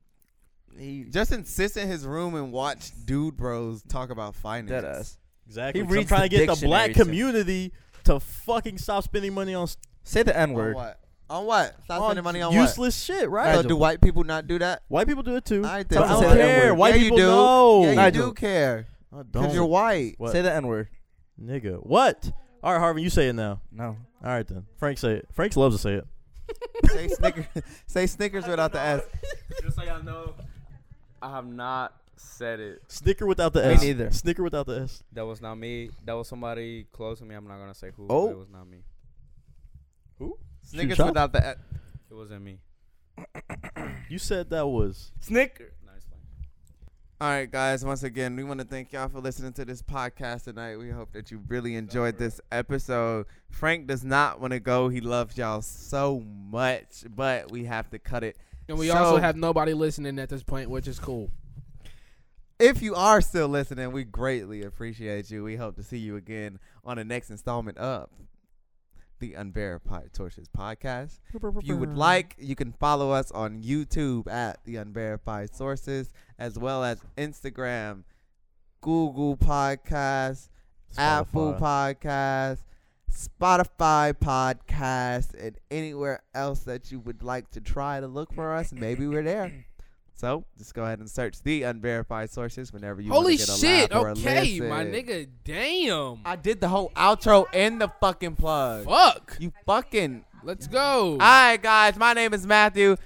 S4: he
S3: Justin sits in his room and watch dude bros talk about finances.
S4: dead ass.
S2: Exactly.
S4: He
S2: So I'm
S4: reads
S2: trying
S4: the
S2: to get the black
S4: dictionary, too.
S2: community to fucking stop spending money on, s-
S4: Say the N
S3: On
S4: word.
S3: what? On what? Stop
S2: on
S3: spending money on what?
S2: useless shit, right?
S3: So
S4: Nigel.
S3: do white people not do that?
S2: White people do it too.
S3: I,
S2: But I
S4: Tell
S2: don't
S4: them to say that
S2: care.
S4: word.
S2: White
S3: yeah, you
S2: people
S3: do.
S2: know.
S3: Yeah, you
S4: Nigel.
S3: do care.
S2: I don't.
S3: Cause you're white.
S2: What?
S4: Say the N word.
S2: Nigga, what? All right, Harvey, you say it now.
S4: No.
S2: All right then, Frank say it. Frank loves to say it.
S3: say, Snicker, say Snickers without the S.
S5: Just so y'all know, I have not said it.
S2: Snicker without the
S4: Me
S2: S.
S4: neither.
S2: Snicker without the S.
S5: That was not me. That was somebody close to me. I'm not gonna say who.
S4: Oh.
S5: But it was not me.
S3: Snickers
S2: shot.
S3: without the S.
S5: It wasn't me.
S2: You said that was
S5: Snicker. Nice one.
S3: All right, guys. Once again, we want to thank y'all for listening to this podcast tonight. We hope that you really enjoyed this episode. Frank does not want to go. He loves y'all so much, but we have to cut it.
S1: And we
S3: So-
S1: also have nobody listening at this point, which is cool.
S3: If you are still listening, we greatly appreciate you. We hope to see you again on the next installment of the Unbearable Torches podcast. If you would like, you can follow us on YouTube at The Unverified Sources, as well as Instagram, Google Podcasts, Apple
S2: Spotify.
S3: Podcasts, Spotify Podcasts, and anywhere else that you would like to try to look for us. Maybe we're there. So just go ahead and search The Unverified Sources whenever you wanna
S1: Holy
S3: get a
S1: shit!
S3: laugh or a
S1: Okay, my
S3: listen.
S1: nigga. Damn.
S3: I did the whole outro and the fucking plug.
S1: Fuck.
S3: You fucking.
S1: Let's go.
S3: All right, guys. My name is Matthew.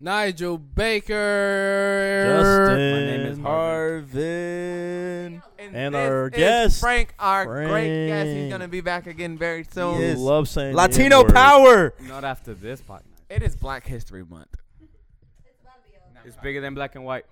S1: Nigel Baker.
S2: Justin.
S4: Harvin.
S2: And
S3: this
S2: our
S3: is
S2: guest,
S3: Frank, our great guest. He's
S2: Frank.
S3: gonna be back again very
S2: You
S3: soon.
S4: Yes.
S2: love saying the
S4: Latino
S2: N-word.
S4: power.
S5: Not after this podcast.
S3: It is Black History Month.
S5: It's bigger than black and white.